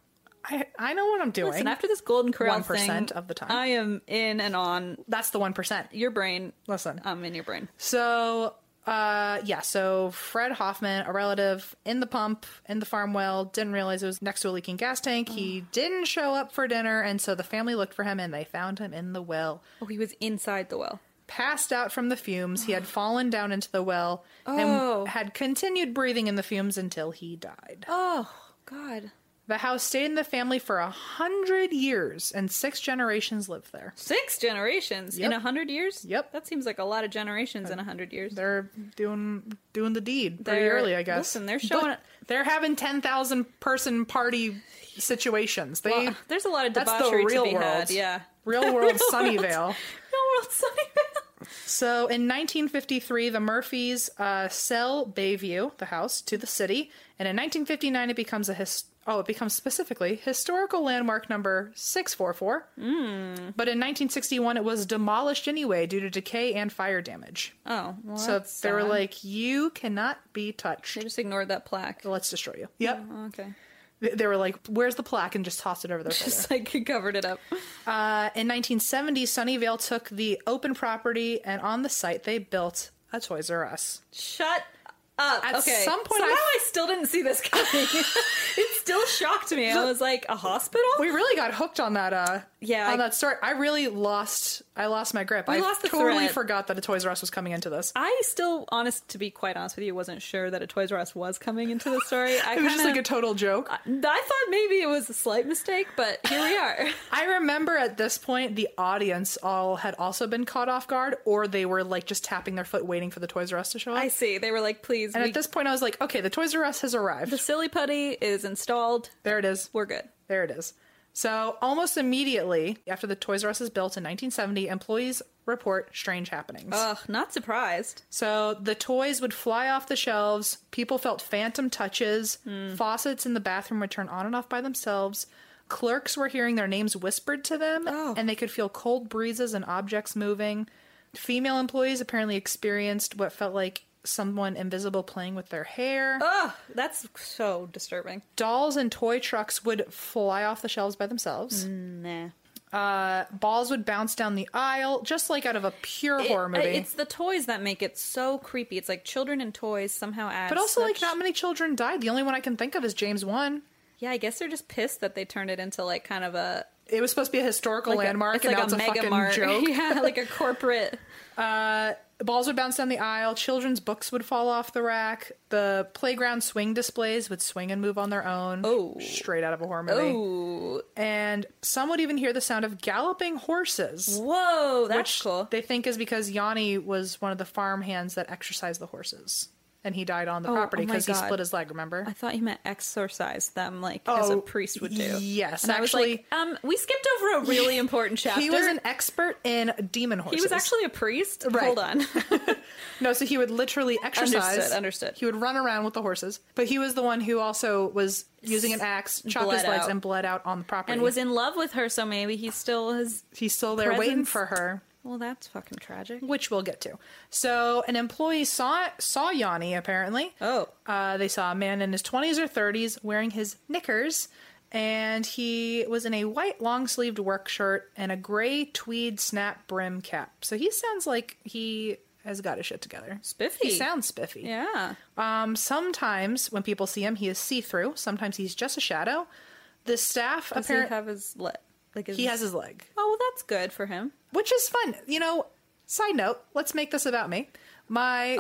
Speaker 3: I, I know what I'm doing.
Speaker 2: Listen, after this Golden Corral
Speaker 3: 1%
Speaker 2: thing,
Speaker 3: of the time.
Speaker 2: I am in and on
Speaker 3: That's the 1%.
Speaker 2: your brain.
Speaker 3: Listen.
Speaker 2: I'm in your brain.
Speaker 3: So, uh, yeah, so Fred Hoffman, a relative in the pump, in the farm well, didn't realize it was next to a leaking gas tank.
Speaker 2: Oh.
Speaker 3: He didn't show up for dinner, and so the family looked for him and they found him in the well.
Speaker 2: Oh, he was inside the well.
Speaker 3: Passed out from the fumes, he had fallen down into the well
Speaker 2: Oh.
Speaker 3: and had continued breathing in the fumes until he died.
Speaker 2: Oh God.
Speaker 3: The house stayed in the family for a hundred years, and six generations lived there.
Speaker 2: Six generations
Speaker 3: Yep.
Speaker 2: in a hundred years.
Speaker 3: Yep.
Speaker 2: That seems like a lot of generations in a hundred years.
Speaker 3: They're doing doing the deed pretty
Speaker 2: They're-
Speaker 3: early, I guess.
Speaker 2: listen, they're showing
Speaker 3: Look, They're having ten thousand person party situations. They
Speaker 2: Well, there's a lot of
Speaker 3: that's the
Speaker 2: debauchery
Speaker 3: real
Speaker 2: to be
Speaker 3: world.
Speaker 2: had. Yeah.
Speaker 3: real world Sunnyvale.
Speaker 2: Real world Sunnyvale.
Speaker 3: So in 1953, the Murphys uh, sell Bayview, the house, to the city, and in 1959 it becomes a his- oh it becomes specifically historical landmark number 644. Mm.
Speaker 2: Hmm.
Speaker 3: But in 1961, it was demolished anyway due to decay and fire damage.
Speaker 2: Oh, well,
Speaker 3: so
Speaker 2: that's
Speaker 3: they were
Speaker 2: sad.
Speaker 3: like, "You cannot be touched.
Speaker 2: they just ignored that plaque.
Speaker 3: Let's destroy you." Yep.
Speaker 2: Okay,
Speaker 3: They- They were like, "Where's the plaque?" and just tossed it over their shoulder.
Speaker 2: just like covered it up.
Speaker 3: Uh, in 1970, Sunnyvale took the open property, and on the site they built a Toys R Us.
Speaker 2: Shut up.
Speaker 3: At
Speaker 2: okay.
Speaker 3: some point I-
Speaker 2: somehow I... still didn't see this coming. it still shocked me. I was like, a hospital?
Speaker 3: We really got hooked on that. Uh,
Speaker 2: Yeah,
Speaker 3: on
Speaker 2: I-
Speaker 3: that story. I really lost. I lost my grip. I
Speaker 2: lost the
Speaker 3: totally
Speaker 2: thread.
Speaker 3: forgot that a Toys R Us was coming into this.
Speaker 2: I still, honest to be quite honest with you, wasn't sure that a Toys R Us was coming into the story. I
Speaker 3: It was just
Speaker 2: kinda-
Speaker 3: like a total joke.
Speaker 2: I thought maybe it was a slight mistake, but here we are.
Speaker 3: I remember at this point the audience all had also been caught off guard, or they were like just tapping their foot, waiting for the Toys R Us to show up.
Speaker 2: I see. They were like, please,
Speaker 3: and
Speaker 2: we,
Speaker 3: at this point, I was like, okay, the Toys R Us has arrived.
Speaker 2: the silly putty is installed.
Speaker 3: there it is.
Speaker 2: We're good.
Speaker 3: There it is. So, almost immediately after the Toys R Us is built in 1970, employees report strange happenings.
Speaker 2: Ugh, not surprised.
Speaker 3: so, the toys would fly off the shelves, people felt phantom touches,
Speaker 2: Hmm.
Speaker 3: faucets in the bathroom would turn on and off by themselves, clerks were hearing their names whispered to them,
Speaker 2: Oh.
Speaker 3: and they could feel cold breezes and objects moving. Female employees apparently experienced what felt like someone invisible playing with their hair.
Speaker 2: Ugh, that's so disturbing.
Speaker 3: Dolls and toy trucks would fly off the shelves by themselves.
Speaker 2: Mm, Nah.
Speaker 3: uh, balls would bounce down the aisle, just like out of a pure horror movie.
Speaker 2: It's the toys that make it so creepy. It's like children and toys somehow add.
Speaker 3: but also, like,
Speaker 2: such-
Speaker 3: not many children died. The only one I can think of is James One.
Speaker 2: Yeah, I guess they're just pissed that they turned it into like kind of a
Speaker 3: It was supposed to be a historical
Speaker 2: like a-
Speaker 3: landmark,
Speaker 2: it's
Speaker 3: and
Speaker 2: like
Speaker 3: now it's a
Speaker 2: mega
Speaker 3: fucking
Speaker 2: mart.
Speaker 3: joke. Uh,
Speaker 2: yeah, like a corporate.
Speaker 3: Balls would bounce down the aisle. Children's books would fall off the rack. The playground swing displays would swing and move on their own.
Speaker 2: Oh.
Speaker 3: straight out of a horror movie.
Speaker 2: Ooh,
Speaker 3: And some would even hear the sound of galloping horses.
Speaker 2: whoa, that's
Speaker 3: which
Speaker 2: cool.
Speaker 3: They think is because Yanni was one of the farm hands that exercised the horses, and he died on the property
Speaker 2: oh my
Speaker 3: because he
Speaker 2: God.
Speaker 3: split his leg. Remember?
Speaker 2: I thought he meant exorcise them, like as a
Speaker 3: Oh,
Speaker 2: priest would do.
Speaker 3: yes,
Speaker 2: and I was like,
Speaker 3: actually-
Speaker 2: um, we skipped over a really important chapter.
Speaker 3: He was an expert in demon horses.
Speaker 2: He was actually a priest.
Speaker 3: Right.
Speaker 2: Hold on.
Speaker 3: no, so he would literally exercise.
Speaker 2: Understood, understood.
Speaker 3: He would run around with the horses, but he was the one who also was using an axe, chopped his
Speaker 2: Bled
Speaker 3: legs,
Speaker 2: out.
Speaker 3: and bled out on the property.
Speaker 2: and was in love with her, so maybe he still has.
Speaker 3: he's still there waiting
Speaker 2: presence.
Speaker 3: for her?
Speaker 2: Well, that's fucking tragic.
Speaker 3: Which we'll get to. So an employee saw saw Yanni apparently.
Speaker 2: Oh.
Speaker 3: Uh, they saw a man in his 20s or 30s wearing his knickers, and he was in a white long sleeved work shirt and a gray tweed snap brim cap. So he sounds like he has got his shit together.
Speaker 2: Spiffy.
Speaker 3: He sounds spiffy.
Speaker 2: Yeah.
Speaker 3: Um, sometimes when people see him, he is see through. Sometimes he's just a shadow. The staff
Speaker 2: Does he
Speaker 3: apparently.
Speaker 2: have his le- like his,
Speaker 3: He has his leg
Speaker 2: Oh, well, that's good for him.
Speaker 3: which is fun. You know, side note, let's make this about me. My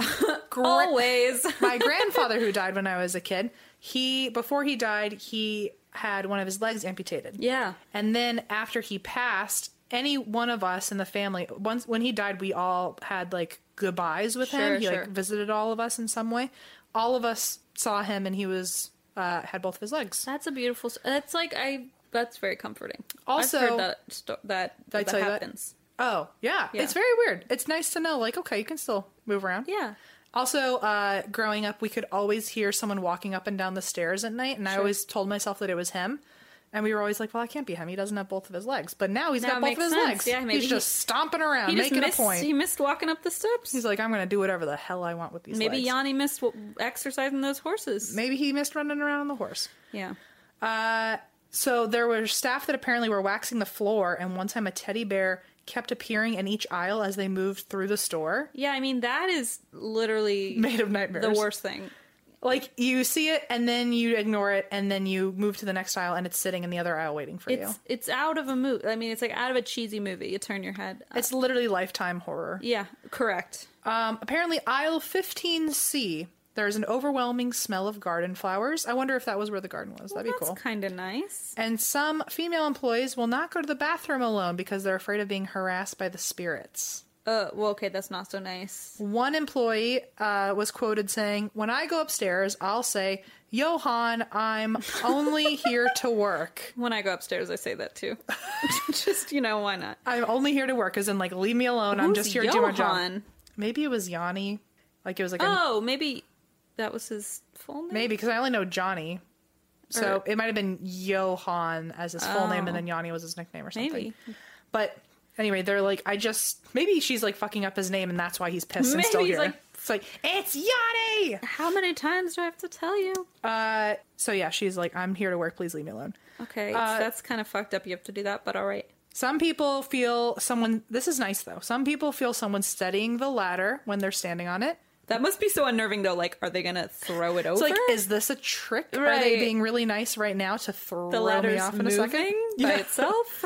Speaker 3: gra-
Speaker 2: Always.
Speaker 3: my grandfather who died when I was a kid, he before he died, he had one of his legs amputated.
Speaker 2: Yeah.
Speaker 3: And then after he passed, any one of us in the family, once when he died, we all had like goodbyes with
Speaker 2: Sure,
Speaker 3: him. He
Speaker 2: sure.
Speaker 3: like visited all of us in some way. All of us saw him and he was uh, had both of his legs.
Speaker 2: That's a beautiful. s- That's like I. That's very comforting.
Speaker 3: Also-
Speaker 2: I've heard that sto- that
Speaker 3: Did I
Speaker 2: that
Speaker 3: tell you that?
Speaker 2: happens.
Speaker 3: Oh, yeah.
Speaker 2: Yeah.
Speaker 3: It's very weird. It's nice to know like okay, you can still move around.
Speaker 2: Yeah.
Speaker 3: Also, uh, growing up, we could always hear someone walking up and down the stairs at night, and I always told myself that it was him. And we were always like, "Well, I can't be him. He doesn't have both of his legs." But now he's
Speaker 2: Now it
Speaker 3: got both of
Speaker 2: makes
Speaker 3: his
Speaker 2: sense.
Speaker 3: legs.
Speaker 2: Yeah, maybe
Speaker 3: he's
Speaker 2: he-
Speaker 3: just stomping around,
Speaker 2: He just
Speaker 3: making
Speaker 2: missed.
Speaker 3: a point.
Speaker 2: He missed walking up the steps.
Speaker 3: He's like, "I'm going to do whatever the hell I want with these
Speaker 2: Maybe
Speaker 3: legs."
Speaker 2: Yanni missed w- exercising those horses.
Speaker 3: Maybe he missed running around on the horse.
Speaker 2: Yeah.
Speaker 3: Uh, so there were staff that apparently were waxing the floor, and one time a teddy bear kept appearing in each aisle as they moved through the store.
Speaker 2: Yeah, I mean that is literally
Speaker 3: Made of
Speaker 2: the
Speaker 3: nightmares.
Speaker 2: worst thing.
Speaker 3: Like you see it and then you ignore it and then you move to the next aisle and it's sitting in the other aisle waiting for
Speaker 2: It's
Speaker 3: you.
Speaker 2: it's out of a movie. I mean, it's like out of a cheesy movie. You turn your head. Uh,
Speaker 3: It's literally lifetime horror.
Speaker 2: yeah, correct.
Speaker 3: Um, apparently, aisle 15C, there's an overwhelming smell of garden flowers. I wonder if that was where the garden was. That'd be
Speaker 2: That's
Speaker 3: cool.
Speaker 2: kind of nice.
Speaker 3: And some female employees will not go to the bathroom alone because they're afraid of being harassed by the spirits.
Speaker 2: Uh, well, okay, that's not so nice.
Speaker 3: One employee uh, was quoted saying, When I go upstairs, I'll say, Johan, I'm only here to work.
Speaker 2: When I go upstairs, I say that too. Just you know, why not?
Speaker 3: I'm only here to work, as in like leave me alone. I'm
Speaker 2: Who's
Speaker 3: just here to do my job.
Speaker 2: Johan?
Speaker 3: Maybe it was Yanni. Like it was like a
Speaker 2: Oh, maybe that was his full name.
Speaker 3: Maybe because I only know Johnny, so
Speaker 2: Or-
Speaker 3: it might have been Johan as his full name, and then Yanni was his nickname or something.
Speaker 2: Oh. Maybe.
Speaker 3: But anyway, they're like, I just maybe she's like fucking up his name, and that's why he's pissed and
Speaker 2: Maybe
Speaker 3: still
Speaker 2: he's
Speaker 3: here.
Speaker 2: like-
Speaker 3: it's like it's Yanni.
Speaker 2: How many times do I have to tell you?
Speaker 3: Uh, so yeah, she's like, I'm here to work. Please leave me alone.
Speaker 2: Okay,
Speaker 3: Uh,
Speaker 2: that's kind of fucked up. You have to do that, but all right.
Speaker 3: Some people feel someone. This is nice though. Some people feel someone steadying the ladder when they're standing on it.
Speaker 2: That must be so unnerving, though. Like, are they gonna throw it over?
Speaker 3: It's like, is this a trick? Are they
Speaker 2: Right.
Speaker 3: being really nice right now to throw
Speaker 2: the
Speaker 3: me
Speaker 2: ladder's
Speaker 3: off in
Speaker 2: moving
Speaker 3: a second?
Speaker 2: by
Speaker 3: Yeah. Uh,
Speaker 2: itself.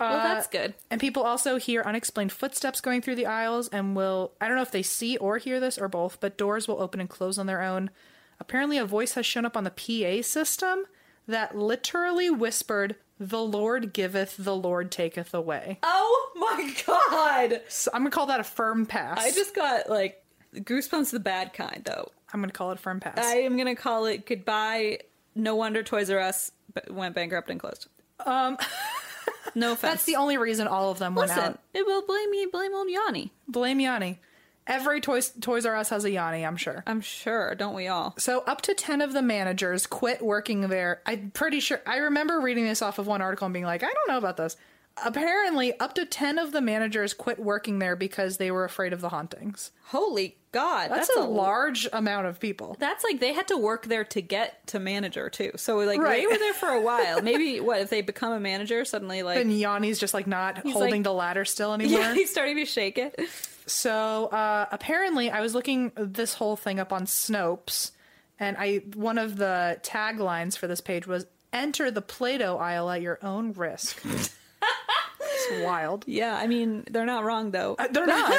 Speaker 2: well, that's good.
Speaker 3: And people also hear unexplained footsteps going through the aisles and will, I don't know if they see or hear this or both, but doors will open and close on their own. Apparently, a voice has shown up on the PA system that literally whispered, The Lord giveth, the Lord taketh away.
Speaker 2: Oh my god!
Speaker 3: So I'm going to call that a firm pass.
Speaker 2: I just got like goosebumps, the bad kind, though.
Speaker 3: I'm going to call it a firm pass.
Speaker 2: I am gonna call it goodbye. No wonder Toys R Us b- went bankrupt and closed. Um, no offense.
Speaker 3: That's the only reason all of them went
Speaker 2: Listen,
Speaker 3: out.
Speaker 2: it will blame me. Blame old Yanni.
Speaker 3: Blame Yanni. Every Toys, Toys R Us has a Yanni, I'm sure.
Speaker 2: I'm sure, don't we all?
Speaker 3: So up to 10 of the managers quit working there. I'm pretty sure I remember reading this off of one article and being like, I don't know about this. Apparently, up to 10 of the managers quit working there because they were afraid of the hauntings.
Speaker 2: Holy God,
Speaker 3: That's,
Speaker 2: that's,
Speaker 3: a large amount of people.
Speaker 2: That's like they had to work there to get to manager too. So like
Speaker 3: Right.
Speaker 2: they were there for a while. Maybe what if they become a manager suddenly? Like
Speaker 3: And Yanni's just like not holding
Speaker 2: like-
Speaker 3: the ladder still anymore.
Speaker 2: yeah, he's starting to shake it.
Speaker 3: So uh, apparently, I was looking this whole thing up on Snopes, and I one of the taglines for this page was "Enter the Play-Doh aisle at your own risk." it's wild.
Speaker 2: Yeah, I mean they're not wrong though.
Speaker 3: Uh, They're not.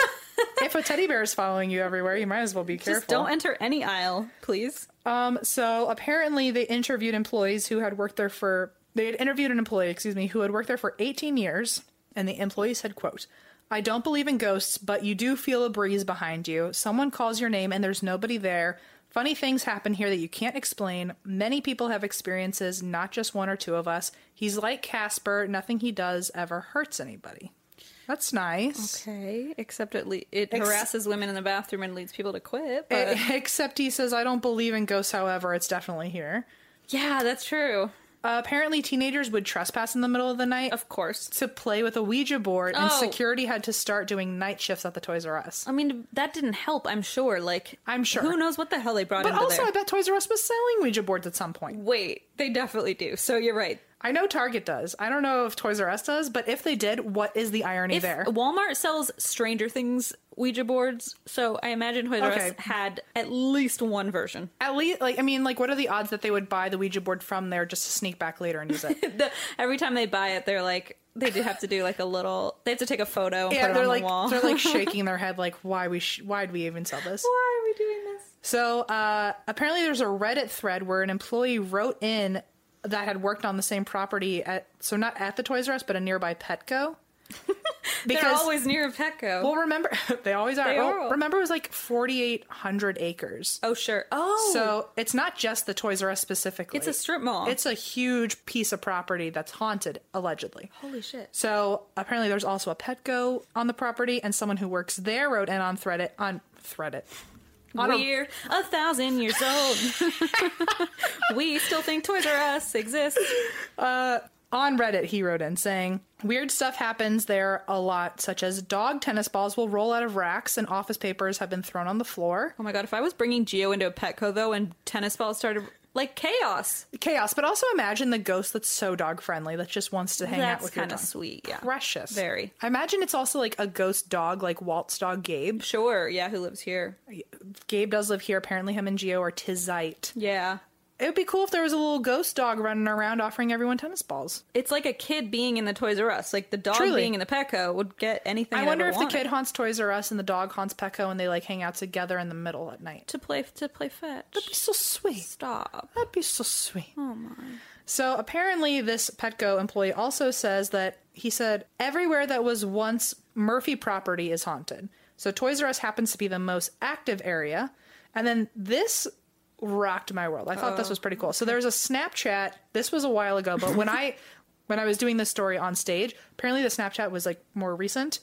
Speaker 3: if a teddy bear is following you everywhere, you might as well be careful.
Speaker 2: Just don't enter any aisle, please.
Speaker 3: um, so apparently they interviewed employees who had worked there for they had interviewed an employee, excuse me, who had worked there for 18 years, and the employee said, "quote I don't believe in ghosts, but you do feel a breeze behind you. Someone calls your name, and there's nobody there." Funny things happen here that you can't explain. Many people have experiences, not just one or two of us. He's like Casper. Nothing he does ever hurts anybody. That's nice.
Speaker 2: Okay, except it le- it harasses women in the bathroom and leads people to quit. But
Speaker 3: E- Except he says, I don't believe in ghosts, however, it's definitely here.
Speaker 2: yeah, that's true.
Speaker 3: Uh, apparently, teenagers would trespass in the middle of the night
Speaker 2: Of course.
Speaker 3: to play with a Ouija board, and
Speaker 2: Oh.
Speaker 3: security had to start doing night shifts at the Toys R Us.
Speaker 2: I mean that didn't help. I'm sure. Like
Speaker 3: I'm sure.
Speaker 2: Who knows what the hell they brought
Speaker 3: But
Speaker 2: into
Speaker 3: also,
Speaker 2: there?
Speaker 3: I bet Toys R Us was selling Ouija boards at some point.
Speaker 2: Wait, they definitely do. So you're right.
Speaker 3: I know Target does. I don't know if Toys R Us does, but if they did, what is the irony
Speaker 2: If
Speaker 3: there?
Speaker 2: Walmart sells Stranger Things Ouija boards, so I imagine Toys R Us
Speaker 3: Okay.
Speaker 2: had at least one version.
Speaker 3: At least, like, I mean, like, what are the odds that they would buy the Ouija board from there just to sneak back later and use it?
Speaker 2: The- every time they buy it, they're like they do have to do like a little. They have to take a photo and
Speaker 3: yeah,
Speaker 2: put it
Speaker 3: they're
Speaker 2: on
Speaker 3: like,
Speaker 2: the wall.
Speaker 3: they're like shaking their head, like, why we, sh- why'd we even sell this?
Speaker 2: Why are we doing this?
Speaker 3: So uh, apparently, there's a Reddit thread where an employee wrote in that had worked on the same property at so not at the Toys R Us, but a nearby Petco.
Speaker 2: They're always near a Petco.
Speaker 3: well, remember they always are.
Speaker 2: They
Speaker 3: Well,
Speaker 2: are.
Speaker 3: Remember, it was like 4,800 acres.
Speaker 2: oh sure. Oh,
Speaker 3: So it's not just the Toys R Us specifically.
Speaker 2: It's a strip mall.
Speaker 3: It's a huge piece of property that's haunted, allegedly.
Speaker 2: holy shit.
Speaker 3: So apparently, there's also a Petco on the property, and someone who works there wrote in on Threadit on Threadit. On a-
Speaker 2: We're a thousand years old. we still think Toys R Us exists.
Speaker 3: on Reddit, he wrote in saying, Weird stuff happens there a lot, such as dog tennis balls will roll out of racks and office papers have been thrown on the floor.
Speaker 2: Oh my god, if I was bringing Geo into a Petco though and tennis balls started like chaos.
Speaker 3: Chaos, but also imagine the ghost that's so dog friendly that just wants to hang out
Speaker 2: That's
Speaker 3: with your
Speaker 2: kind of
Speaker 3: dog.
Speaker 2: sweet. Yeah.
Speaker 3: Precious.
Speaker 2: Very.
Speaker 3: I imagine it's also like a ghost dog, like Walt's dog Gabe.
Speaker 2: Sure. Yeah, who lives here?
Speaker 3: Gabe does live here. Apparently, him and Geo are tizite.
Speaker 2: Yeah.
Speaker 3: It would be cool if there was a little ghost dog running around offering everyone tennis balls.
Speaker 2: It's like a kid being in the Toys R Us. Like the dog
Speaker 3: Truly.
Speaker 2: being in the Petco would get anything.
Speaker 3: I
Speaker 2: it
Speaker 3: wonder
Speaker 2: ever
Speaker 3: if
Speaker 2: wanted.
Speaker 3: the kid haunts Toys R Us and the dog haunts Petco and they like hang out together in the middle at night.
Speaker 2: to play to play fetch.
Speaker 3: So sweet.
Speaker 2: Stop.
Speaker 3: That'd be so sweet. Oh my. So apparently, this Petco employee also says that he said everywhere that was once Murphy property is haunted. So Toys R Us happens to be the most active area, and then this rocked my world. I thought this was pretty cool. So there's a Snapchat. This was a while ago, but when I when I was doing this story on stage, apparently the Snapchat was like more recent.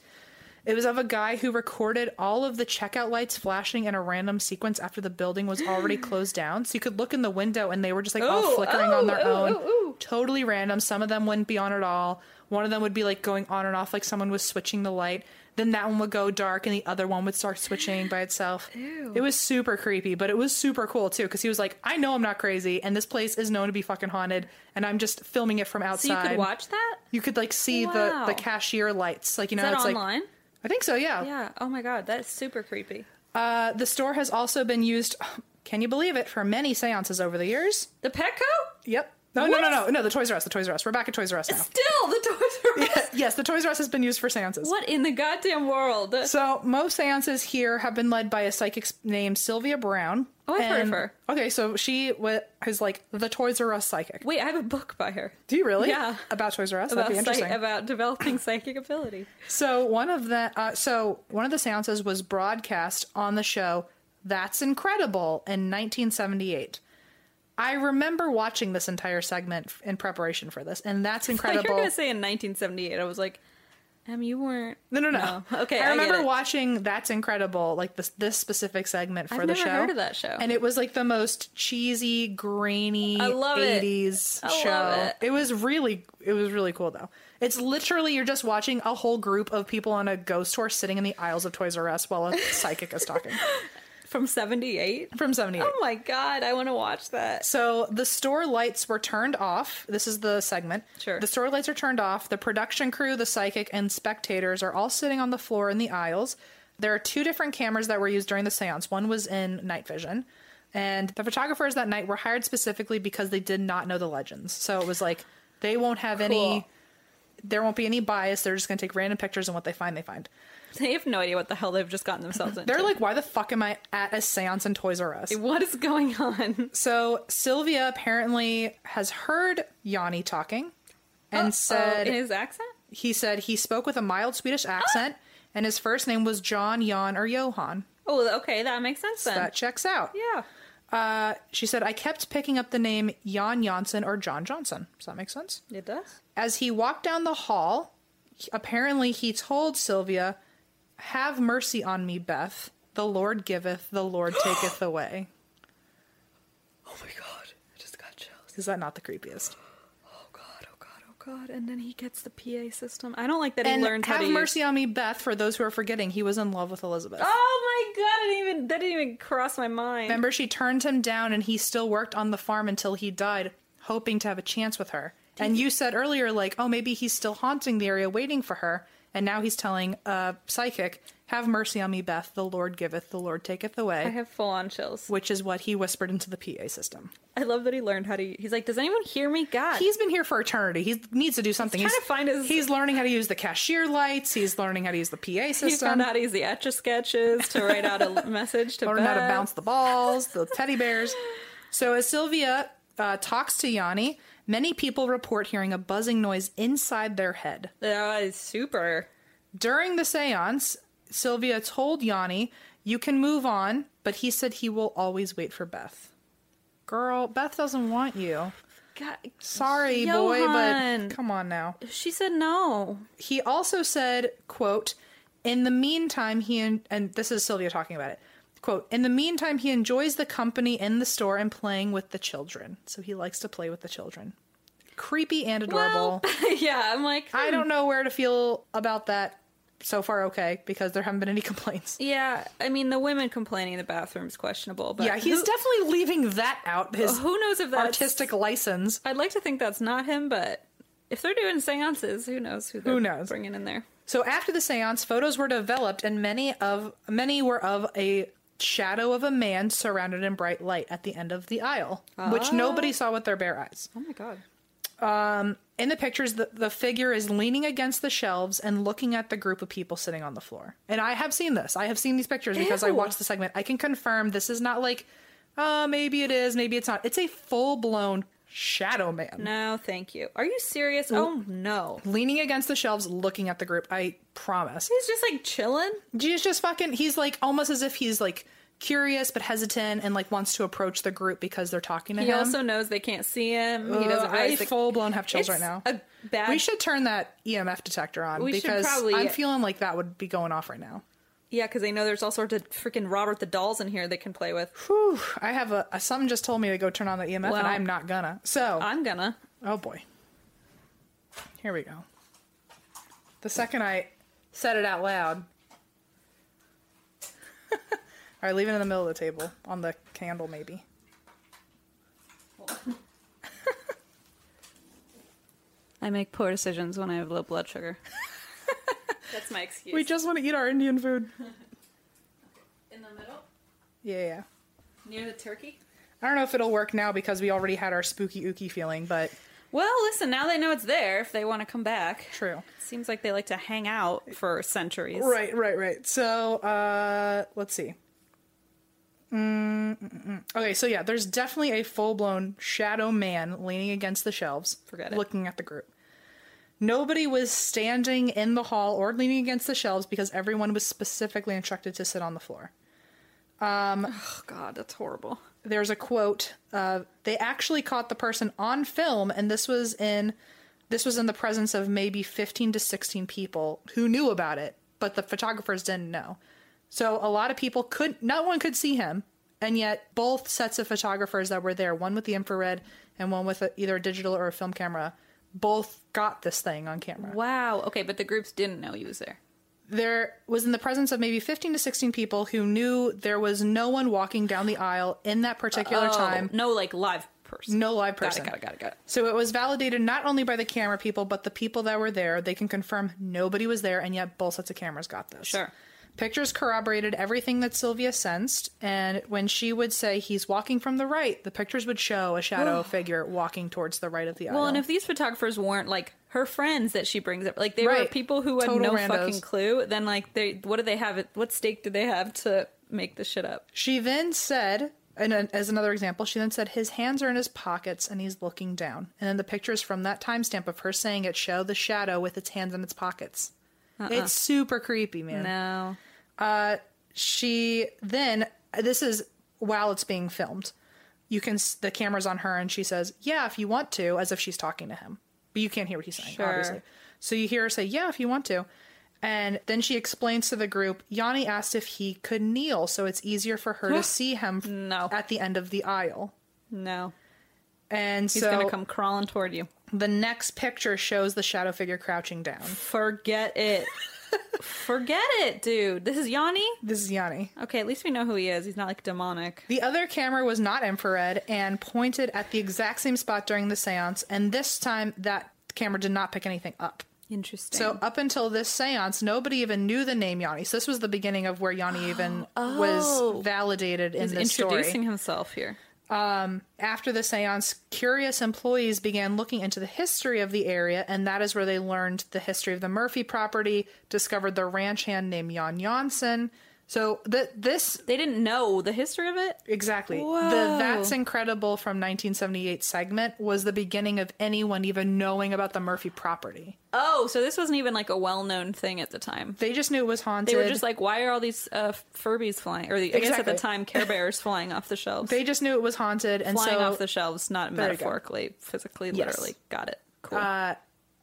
Speaker 3: It was of a guy who recorded all of the checkout lights flashing in a random sequence after the building was already closed down. So you could look in the window and they were just like all
Speaker 4: Ooh,
Speaker 3: flickering on their
Speaker 4: ooh,
Speaker 3: own.
Speaker 4: ooh, ooh.
Speaker 3: Totally random. Some of them wouldn't be on at all. One of them would be like going on and off, like someone was switching the light. Then that one would go dark and the other one would start switching by itself. It was super creepy, but it was super cool too because he was like, I know I'm not crazy and this place is known to be fucking haunted and I'm just filming it from
Speaker 4: So you
Speaker 3: outside.
Speaker 4: could watch that?
Speaker 3: You could like see
Speaker 4: Wow.
Speaker 3: the, the cashier lights. Like, you
Speaker 4: Is
Speaker 3: know,
Speaker 4: that
Speaker 3: it's like.
Speaker 4: online?
Speaker 3: I think so, yeah.
Speaker 4: yeah. Oh my god, that's super creepy.
Speaker 3: Uh, the store has also been used, can you believe it, for many seances over the years.
Speaker 4: The Petco?
Speaker 3: Yep. No, no, no, no, no, the Toys R Us, the Toys R Us. We're back at Toys R Us now.
Speaker 4: Still the Toys R Us.
Speaker 3: yes, the Toys R Us has been used for seances.
Speaker 4: What in the goddamn world?
Speaker 3: So, most seances here have been led by a psychic s- named Sylvia Brown.
Speaker 4: Oh, I've heard of her.
Speaker 3: Okay, so she was like the Toys R Us psychic.
Speaker 4: Wait, I have a book by her.
Speaker 3: Do you really?
Speaker 4: Yeah.
Speaker 3: About Toys R Us?
Speaker 4: About,
Speaker 3: That'd be
Speaker 4: psych-
Speaker 3: interesting.
Speaker 4: about developing psychic ability.
Speaker 3: So one of the uh, so one of the seances was broadcast on the show That's Incredible in 1978. I remember watching this entire segment f- in preparation for this, and that's
Speaker 4: Like you
Speaker 3: incredible.
Speaker 4: were gonna say in 1978, I was like, "Em, you weren't."
Speaker 3: no, no, no,
Speaker 4: No. Okay,
Speaker 3: I
Speaker 4: I get
Speaker 3: remember
Speaker 4: it.
Speaker 3: watching That's Incredible, like this this specific segment for
Speaker 4: I've
Speaker 3: the
Speaker 4: never
Speaker 3: show.
Speaker 4: heard of that show.
Speaker 3: and it was like the most cheesy, grainy
Speaker 4: I love it.
Speaker 3: 80s
Speaker 4: I love
Speaker 3: show.
Speaker 4: it.
Speaker 3: was really, it was really cool though. It's literally you're just watching a whole group of people on a ghost horse sitting in the aisles of Toys R Us while a psychic is talking
Speaker 4: From 78.
Speaker 3: from 78.
Speaker 4: Oh my god, I want to watch that.
Speaker 3: So the store lights were turned off. This is the segment.
Speaker 4: Sure.
Speaker 3: The store lights are turned off. The production crew, the psychic, and spectators are all sitting on the floor in the aisles. There are two different cameras that were used during the seance. One was in night vision. And the photographers that night were hired specifically because they did not know the legends. So it was like they won't have any
Speaker 4: Cool.
Speaker 3: there won't be any bias. They're just gonna take random pictures and what they find, they find.
Speaker 4: They have no idea what the hell they've just gotten themselves into.
Speaker 3: They're like, why the fuck am I at a seance in Toys R Us?
Speaker 4: "What is going on?"
Speaker 3: So Sylvia apparently has heard Yanni talking and said
Speaker 4: in his accent.
Speaker 3: he said he spoke with a mild Swedish
Speaker 4: Ah!
Speaker 3: accent and his first name was John, Jan, or Johan.
Speaker 4: Oh, okay, that makes sense then.
Speaker 3: That checks out.
Speaker 4: yeah.
Speaker 3: Uh, she said, I kept picking up the name Jan Janssen or John Johnson. Does that make sense?
Speaker 4: It does.
Speaker 3: As he walked down the hall, he- apparently he told Sylvia, Have mercy on me, Beth. The Lord giveth, the Lord taketh away.
Speaker 4: Oh my god, I just got chills.
Speaker 3: Is that not the creepest?
Speaker 4: Oh god, oh god, oh god. And then he gets the PA system. I don't like that
Speaker 3: and
Speaker 4: he learns
Speaker 3: have
Speaker 4: how to use-
Speaker 3: mercy on me, Beth. For those who are forgetting, he was in love with Elizabeth.
Speaker 4: Oh my god, I didn't even that didn't even cross my mind.
Speaker 3: Remember, she turned him down, and he still worked on the farm until he died, hoping to have a chance with her. And you said earlier, like, oh, maybe he's still haunting the area, waiting for her. And now he's telling a psychic, "Have mercy on me, Beth. The Lord giveth, the Lord taketh away,"
Speaker 4: I have full on chills.
Speaker 3: which is what he whispered into the PA system.
Speaker 4: I love that he learned how to. He's like, does anyone hear me? God,
Speaker 3: He's been here for eternity. He needs to do something.
Speaker 4: trying to find his-
Speaker 3: He's learning how to use the cashier lights. He's learning how to use the PA system.
Speaker 4: he found out he's the etch a sketches to write out a message to
Speaker 3: learn how to
Speaker 4: Beth.
Speaker 3: bounce the balls, the teddy bears. So as Sylvia uh, talks to Yanni, many people report hearing a buzzing noise inside their head.
Speaker 4: That is super.
Speaker 3: During the seance, Sylvia told Yanni, You can move on, but he said he will always wait for Beth. Girl, Beth doesn't want you.
Speaker 4: God,
Speaker 3: Sorry, boy,
Speaker 4: Johan.
Speaker 3: but come on now.
Speaker 4: she said no.
Speaker 3: he also said quote in the meantime he en- and this is sylvia talking about it quote in the meantime he enjoys the company in the store and playing with the children so he likes to play with the children creepy and adorable
Speaker 4: Well, yeah, I'm like,
Speaker 3: i don't know where to feel about that so far okay because there haven't been any complaints
Speaker 4: yeah. I mean, the women complaining in the bathroom is questionable, but
Speaker 3: yeah he's
Speaker 4: who,
Speaker 3: definitely leaving that out his
Speaker 4: who knows if that's
Speaker 3: artistic license
Speaker 4: I'd like to think that's not him, but if they're doing seances, who knows who they're
Speaker 3: knows?
Speaker 4: bringing in there?
Speaker 3: So after the séance, photos were developed, and many of many were of a shadow of a man surrounded in bright light at the end of the aisle, which nobody saw with their bare eyes.
Speaker 4: Oh my god.
Speaker 3: In the pictures, the, the figure is leaning against the shelves and looking at the group of people sitting on the floor. And I have seen this. I have seen these pictures because I
Speaker 4: Ew.
Speaker 3: watched the segment. I can confirm this is not like, uh, maybe it is, maybe it's not. It's a full blown shadow man.
Speaker 4: No, thank you. Are you serious? Oh no.
Speaker 3: Leaning against the shelves, looking at the group. I promise.
Speaker 4: He's just like chilling.
Speaker 3: He's just fucking. He's like almost as if he's like curious but hesitant and like wants to approach the group because they're talking to
Speaker 4: He
Speaker 3: him.
Speaker 4: also knows they can't see him. he
Speaker 3: Ugh,
Speaker 4: doesn't
Speaker 3: I
Speaker 4: realize they-
Speaker 3: full blown have chills
Speaker 4: It's
Speaker 3: right now.
Speaker 4: a bad-
Speaker 3: We should turn that EMF detector on
Speaker 4: We should
Speaker 3: because
Speaker 4: probably-
Speaker 3: I'm feeling like that would be going off right now.
Speaker 4: Yeah, because they know there's all sorts of freaking Robert the dolls in here they can play with.
Speaker 3: Whew, I have a, a something just told me to go turn on the EMF
Speaker 4: Well, uh,
Speaker 3: and I'm not gonna. So
Speaker 4: I'm gonna.
Speaker 3: oh boy, here we go. The second I said it out loud, all right, leave it in the middle of the table on the candle maybe.
Speaker 4: I make poor decisions when I have low blood sugar. That's my excuse.
Speaker 3: We just want to eat our Indian food.
Speaker 4: in the middle,
Speaker 3: Yeah, yeah.
Speaker 4: near the turkey.
Speaker 3: I don't know if it'll work now because we already had our spooky ooky feeling, but
Speaker 4: Well, listen. Now they know it's there. If they want to come back,
Speaker 3: true.
Speaker 4: seems like they like to hang out for centuries.
Speaker 3: Right, right, right. So uh, let's see. Mm-mm-mm. Okay, so yeah, there's definitely a full blown shadow man leaning against the shelves,
Speaker 4: Forget it.
Speaker 3: looking at the group. Nobody was standing in the hall or leaning against the shelves because everyone was specifically instructed to sit on the floor.
Speaker 4: Oh God, that's horrible.
Speaker 3: there's a quote uh, they actually caught the person on film and this was in this was in the presence of maybe 15 to 16 people who knew about it but the photographers didn't know so a lot of people could not one could see him and yet both sets of photographers that were there one with the infrared and one with a, either a digital or a film camera both got this thing on camera
Speaker 4: Wow. Okay, but the groups didn't know he was there.
Speaker 3: there was in the presence of maybe 15 to 16 people who knew there was no one walking down the aisle in that particular
Speaker 4: Oh,
Speaker 3: time
Speaker 4: no, like live person.
Speaker 3: no live
Speaker 4: got
Speaker 3: person
Speaker 4: it, got it, got it, got it.
Speaker 3: So it was validated not only by the camera people, but the people that were there. They can confirm nobody was there, and yet both sets of cameras got this.
Speaker 4: Sure.
Speaker 3: Pictures corroborated everything that Sylvia sensed, and when she would say he's walking from the right, the pictures would show a shadow figure walking towards the right of the aisle.
Speaker 4: Well, and if these photographers weren't like her friends that she brings up, like they were
Speaker 3: Right.
Speaker 4: people who had
Speaker 3: Total
Speaker 4: no
Speaker 3: randos.
Speaker 4: fucking clue, then like they, what do they have? At, what stake do they have to make this shit up?
Speaker 3: she then said, and uh, as another example, she then said his hands are in his pockets and he's looking down. And then the pictures from that timestamp of her saying it show the shadow with its hands in its pockets. It's super creepy, man.
Speaker 4: Uh-uh. No.
Speaker 3: Uh, she then this is while it's being filmed. You can s- the camera's on her and she says, "Yeah, if you want to," as if she's talking to him, but you can't hear what he's saying,
Speaker 4: Sure.
Speaker 3: obviously. So you hear her say, "Yeah, if you want to," and then she explains to the group. Yanni asked if he could kneel, so it's easier for her to see him
Speaker 4: No.
Speaker 3: at the end of the aisle.
Speaker 4: No.
Speaker 3: And
Speaker 4: He's
Speaker 3: so
Speaker 4: gonna come crawling toward you.
Speaker 3: the next picture shows the shadow figure crouching down.
Speaker 4: Forget it. Forget it, dude. This is Yanni.
Speaker 3: This is Yanni.
Speaker 4: Okay, at least we know who he is. He's not like demonic.
Speaker 3: The other camera was not infrared and pointed at the exact same spot during the seance, and this time that camera did not pick anything up.
Speaker 4: Interesting.
Speaker 3: So, up until this seance, nobody even knew the name Yanni. So, this was the beginning of where Yanni even was validated in
Speaker 4: he's
Speaker 3: this
Speaker 4: introducing
Speaker 3: story.
Speaker 4: himself here.
Speaker 3: After the seance, curious employees began looking into the history of the area, and that is where they learned the history of the Murphy property, discovered the ranch hand named Jan Janssen. So, th- this
Speaker 4: They didn't know the history of it.
Speaker 3: Exactly. The
Speaker 4: Whoa.
Speaker 3: That's Incredible from 1978 segment was the beginning of anyone even knowing about the Murphy property.
Speaker 4: Oh, so this wasn't even like a well-known thing at the time.
Speaker 3: They just knew it was haunted.
Speaker 4: They were just like, why are all these uh, Furbies flying? Or the, I guess at the
Speaker 3: Exactly.
Speaker 4: time, Care Bears flying off the shelves.
Speaker 3: They just knew it was haunted. And
Speaker 4: flying
Speaker 3: so,
Speaker 4: off the shelves, not
Speaker 3: There you go.
Speaker 4: metaphorically, physically,
Speaker 3: Yes.
Speaker 4: literally. Got it. Cool.
Speaker 3: uh,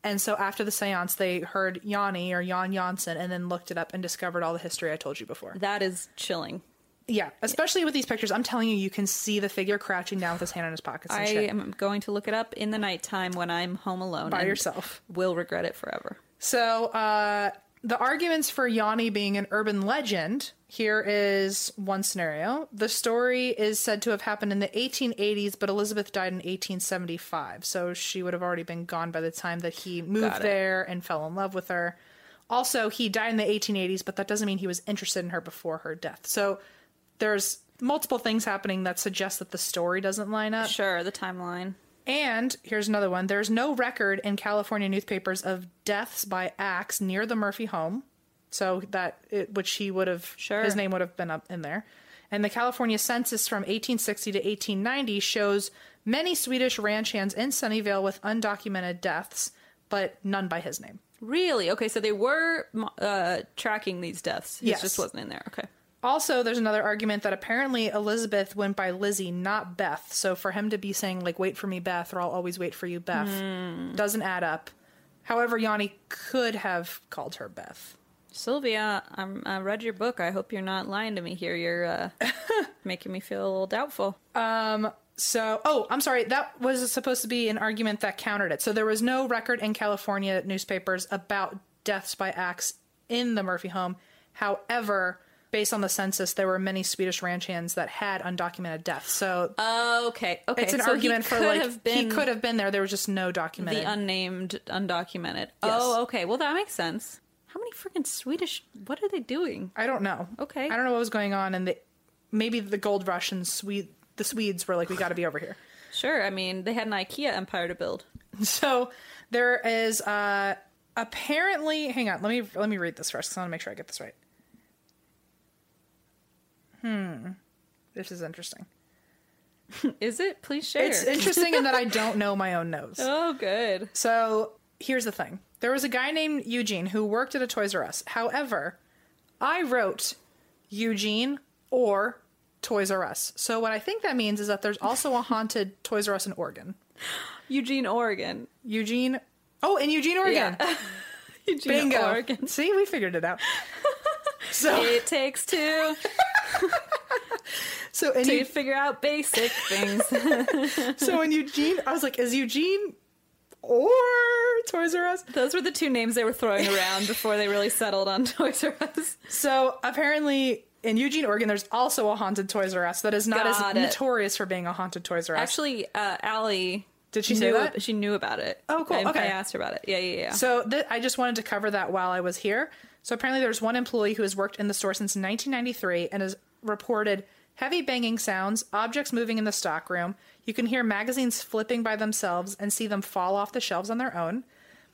Speaker 3: and so after the seance, they heard Yanni or Jan Janssen and then looked it up and discovered all the history I told you before.
Speaker 4: that is chilling.
Speaker 3: Yeah. Especially with these pictures. I'm telling you, you can see the figure crouching down with his hand in his pockets and
Speaker 4: I
Speaker 3: shit
Speaker 4: am going to look it up in the nighttime when I'm home alone.
Speaker 3: by
Speaker 4: and
Speaker 3: yourself.
Speaker 4: Will regret it forever.
Speaker 3: So, uh, the arguments for Yanni being an urban legend here is one scenario. The story is said to have happened in the 1880s, but Elizabeth died in 1875. So she would have already been gone by the time that he moved
Speaker 4: it.
Speaker 3: there and fell in love with her. Also, he died in the 1880s, but that doesn't mean he was interested in her before her death. So there's multiple things happening that suggest that the story doesn't line up.
Speaker 4: Sure, the timeline.
Speaker 3: And here's another one. There's no record in California newspapers of deaths by axe near the Murphy home. So that it, which he would have
Speaker 4: Sure.
Speaker 3: his name would have been up in there. And the California census from 1860 to 1890 shows many Swedish ranch hands in Sunnyvale with undocumented deaths, but none by his name.
Speaker 4: Really? Okay, so they were mo- uh, tracking these deaths. It
Speaker 3: Yes.
Speaker 4: just wasn't in there. Okay.
Speaker 3: Also, there's another argument that apparently Elizabeth went by Lizzie, not Beth. So for him to be saying, like, wait for me, Beth, or I'll always wait for you, Beth, doesn't add up. However, Yanni could have called her Beth.
Speaker 4: Sylvia, I'm, I read your book. I hope you're not lying to me here. You're uh, making me feel a little doubtful.
Speaker 3: So, oh, I'm sorry. That was supposed to be an argument that countered it. So there was no record in California newspapers about deaths by axe in the Murphy home. However, based on the census, there were many Swedish ranch hands that had undocumented deaths. So
Speaker 4: Oh, Okay, okay.
Speaker 3: it's an
Speaker 4: so he
Speaker 3: argument for
Speaker 4: could
Speaker 3: like
Speaker 4: have been
Speaker 3: he could have been there. There was just no documented.
Speaker 4: the unnamed undocumented. Oh, okay. Well, that makes sense. How many freaking Swedish? What are they doing?
Speaker 3: I don't know.
Speaker 4: Okay.
Speaker 3: I don't know what was going on, and the maybe the gold rush and Swede the Swedes were like, we got to be over here.
Speaker 4: Sure. I mean, they had an IKEA empire to build.
Speaker 3: So there is uh apparently hang on, let me let me read this first 'cause I want to make sure I get this right. Hmm. This is interesting.
Speaker 4: Is it? Please share.
Speaker 3: It's interesting in that I don't know my own nose.
Speaker 4: oh, good.
Speaker 3: So here's the thing. There was a guy named Eugene who worked at a Toys R Us. However, I wrote Eugene or Toys R Us. So what I think that means is that there's also a haunted Toys R Us in Oregon.
Speaker 4: Eugene, Oregon.
Speaker 3: Eugene Oh, in Eugene, Oregon.
Speaker 4: Eugene,
Speaker 3: Bingo.
Speaker 4: Oregon.
Speaker 3: See, we figured it out. So,
Speaker 4: It takes two
Speaker 3: so in
Speaker 4: to
Speaker 3: Eu-
Speaker 4: figure out basic things.
Speaker 3: so in Eugene, I was like, is Eugene or Toys R Us?
Speaker 4: Those were the two names they were throwing around before they really settled on Toys R Us.
Speaker 3: So apparently in Eugene, Oregon, there's also a haunted Toys R Us that is not
Speaker 4: Got
Speaker 3: as
Speaker 4: it.
Speaker 3: notorious for being a haunted Toys R Us.
Speaker 4: Actually, uh, Allie.
Speaker 3: Did she
Speaker 4: knew,
Speaker 3: say that?
Speaker 4: She knew about it.
Speaker 3: Oh, cool.
Speaker 4: I, I
Speaker 3: Okay.
Speaker 4: asked her about it. Yeah, yeah, yeah.
Speaker 3: So th- I just wanted to cover that while I was here. So apparently, there's one employee who has worked in the store since 1993 and has reported heavy banging sounds, objects moving in the stockroom. You can hear magazines flipping by themselves and see them fall off the shelves on their own.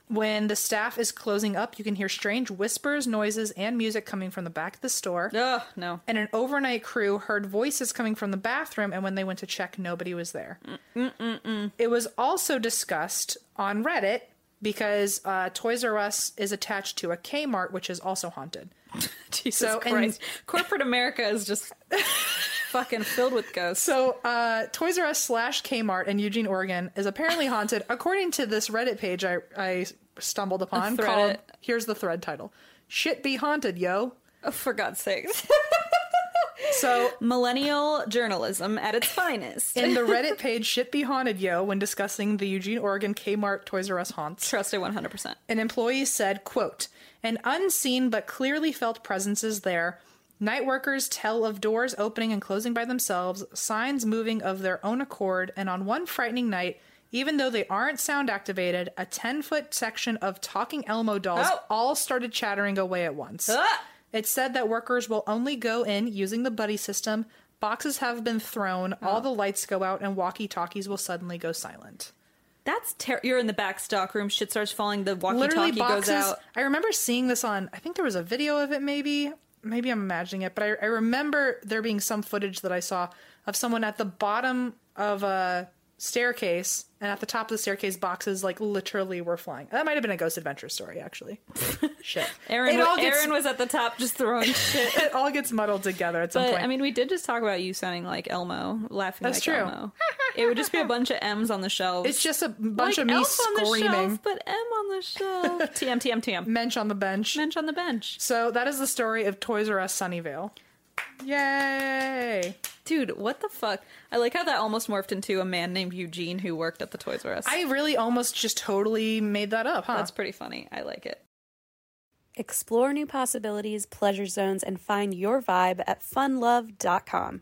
Speaker 3: When the staff is closing up, you can hear strange whispers, noises, and music coming from the back of the store.
Speaker 4: Ugh, no.
Speaker 3: And an overnight crew heard voices coming from the bathroom, and when they went to check, nobody was there. It was also discussed on Reddit because uh, Toys R Us is attached to a Kmart, which is also haunted.
Speaker 4: Jesus
Speaker 3: So, and-
Speaker 4: Christ. Corporate America is just fucking filled with ghosts.
Speaker 3: So, uh, Toys R Us slash Kmart in Eugene, Oregon is apparently haunted, according to this Reddit page I, I stumbled upon
Speaker 4: thread
Speaker 3: called,
Speaker 4: it.
Speaker 3: here's the thread title Shit Be Haunted, Yo.
Speaker 4: Oh, for God's sake.
Speaker 3: So,
Speaker 4: Millennial journalism at its finest.
Speaker 3: in the Reddit page Shit Be Haunted, Yo, when discussing the Eugene, Oregon Kmart Toys R Us haunts,
Speaker 4: Trust it 100%.
Speaker 3: an employee said quote an unseen but clearly felt presence is there night workers tell of doors opening and closing by themselves signs moving of their own accord and on one frightening night even though they aren't sound activated a 10 foot section of talking elmo dolls
Speaker 4: Oh.
Speaker 3: all started chattering away at once
Speaker 4: Ah!
Speaker 3: it said that workers will only go in using the buddy system boxes have been thrown all the lights go out and walkie talkies will suddenly go silent
Speaker 4: That's ter- You're in the back stock room. Shit starts falling. The walkie
Speaker 3: literally
Speaker 4: talkie
Speaker 3: boxes.
Speaker 4: goes out.
Speaker 3: I remember seeing this on. I think there was a video of it, maybe. Maybe I'm imagining it, but I, I remember there being some footage that I saw of someone at the bottom of a staircase, and at the top of the staircase, boxes like literally were flying. That might have been a Ghost Adventure story, actually. Shit,
Speaker 4: Aaron,
Speaker 3: it
Speaker 4: wa-
Speaker 3: all gets
Speaker 4: Aaron was at the top just throwing shit.
Speaker 3: it all gets muddled together at some
Speaker 4: But
Speaker 3: point.
Speaker 4: I mean, we did just talk about you sounding like Elmo, laughing
Speaker 3: That's
Speaker 4: like
Speaker 3: true.
Speaker 4: Elmo. It would just be a bunch of M's on the shelves.
Speaker 3: it's just a bunch
Speaker 4: Like
Speaker 3: of me
Speaker 4: elf on the
Speaker 3: screaming,
Speaker 4: shelf, but M on the shelf. TM, TM, TM.
Speaker 3: mensch on the bench.
Speaker 4: Bench on the bench.
Speaker 3: So that is the story of Toys R Us Sunnyvale. Yay!
Speaker 4: Dude, what the fuck? I like how that almost morphed into a man named Eugene who worked at the Toys R Us.
Speaker 3: I uh, really almost just totally made that up, huh?
Speaker 4: That's pretty funny. I like it.
Speaker 1: Explore new possibilities, pleasure zones, and find your vibe at funlove.com.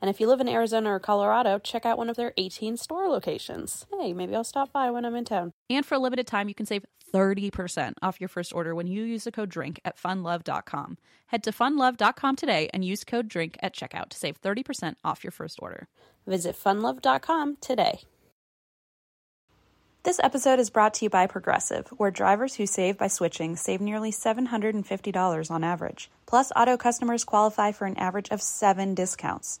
Speaker 1: And if you live in Arizona or Colorado, check out one of their 18 store locations. Hey, maybe I'll stop by when I'm in town.
Speaker 2: And for a limited time, you can save 30% off your first order when you use the code DRINK at funlove.com. Head to funlove.com today and use code DRINK at checkout to save 30% off your first order.
Speaker 1: Visit funlove.com today. This episode is brought to you by Progressive, where drivers who save by switching save nearly $750 on average. Plus, auto customers qualify for an average of seven discounts.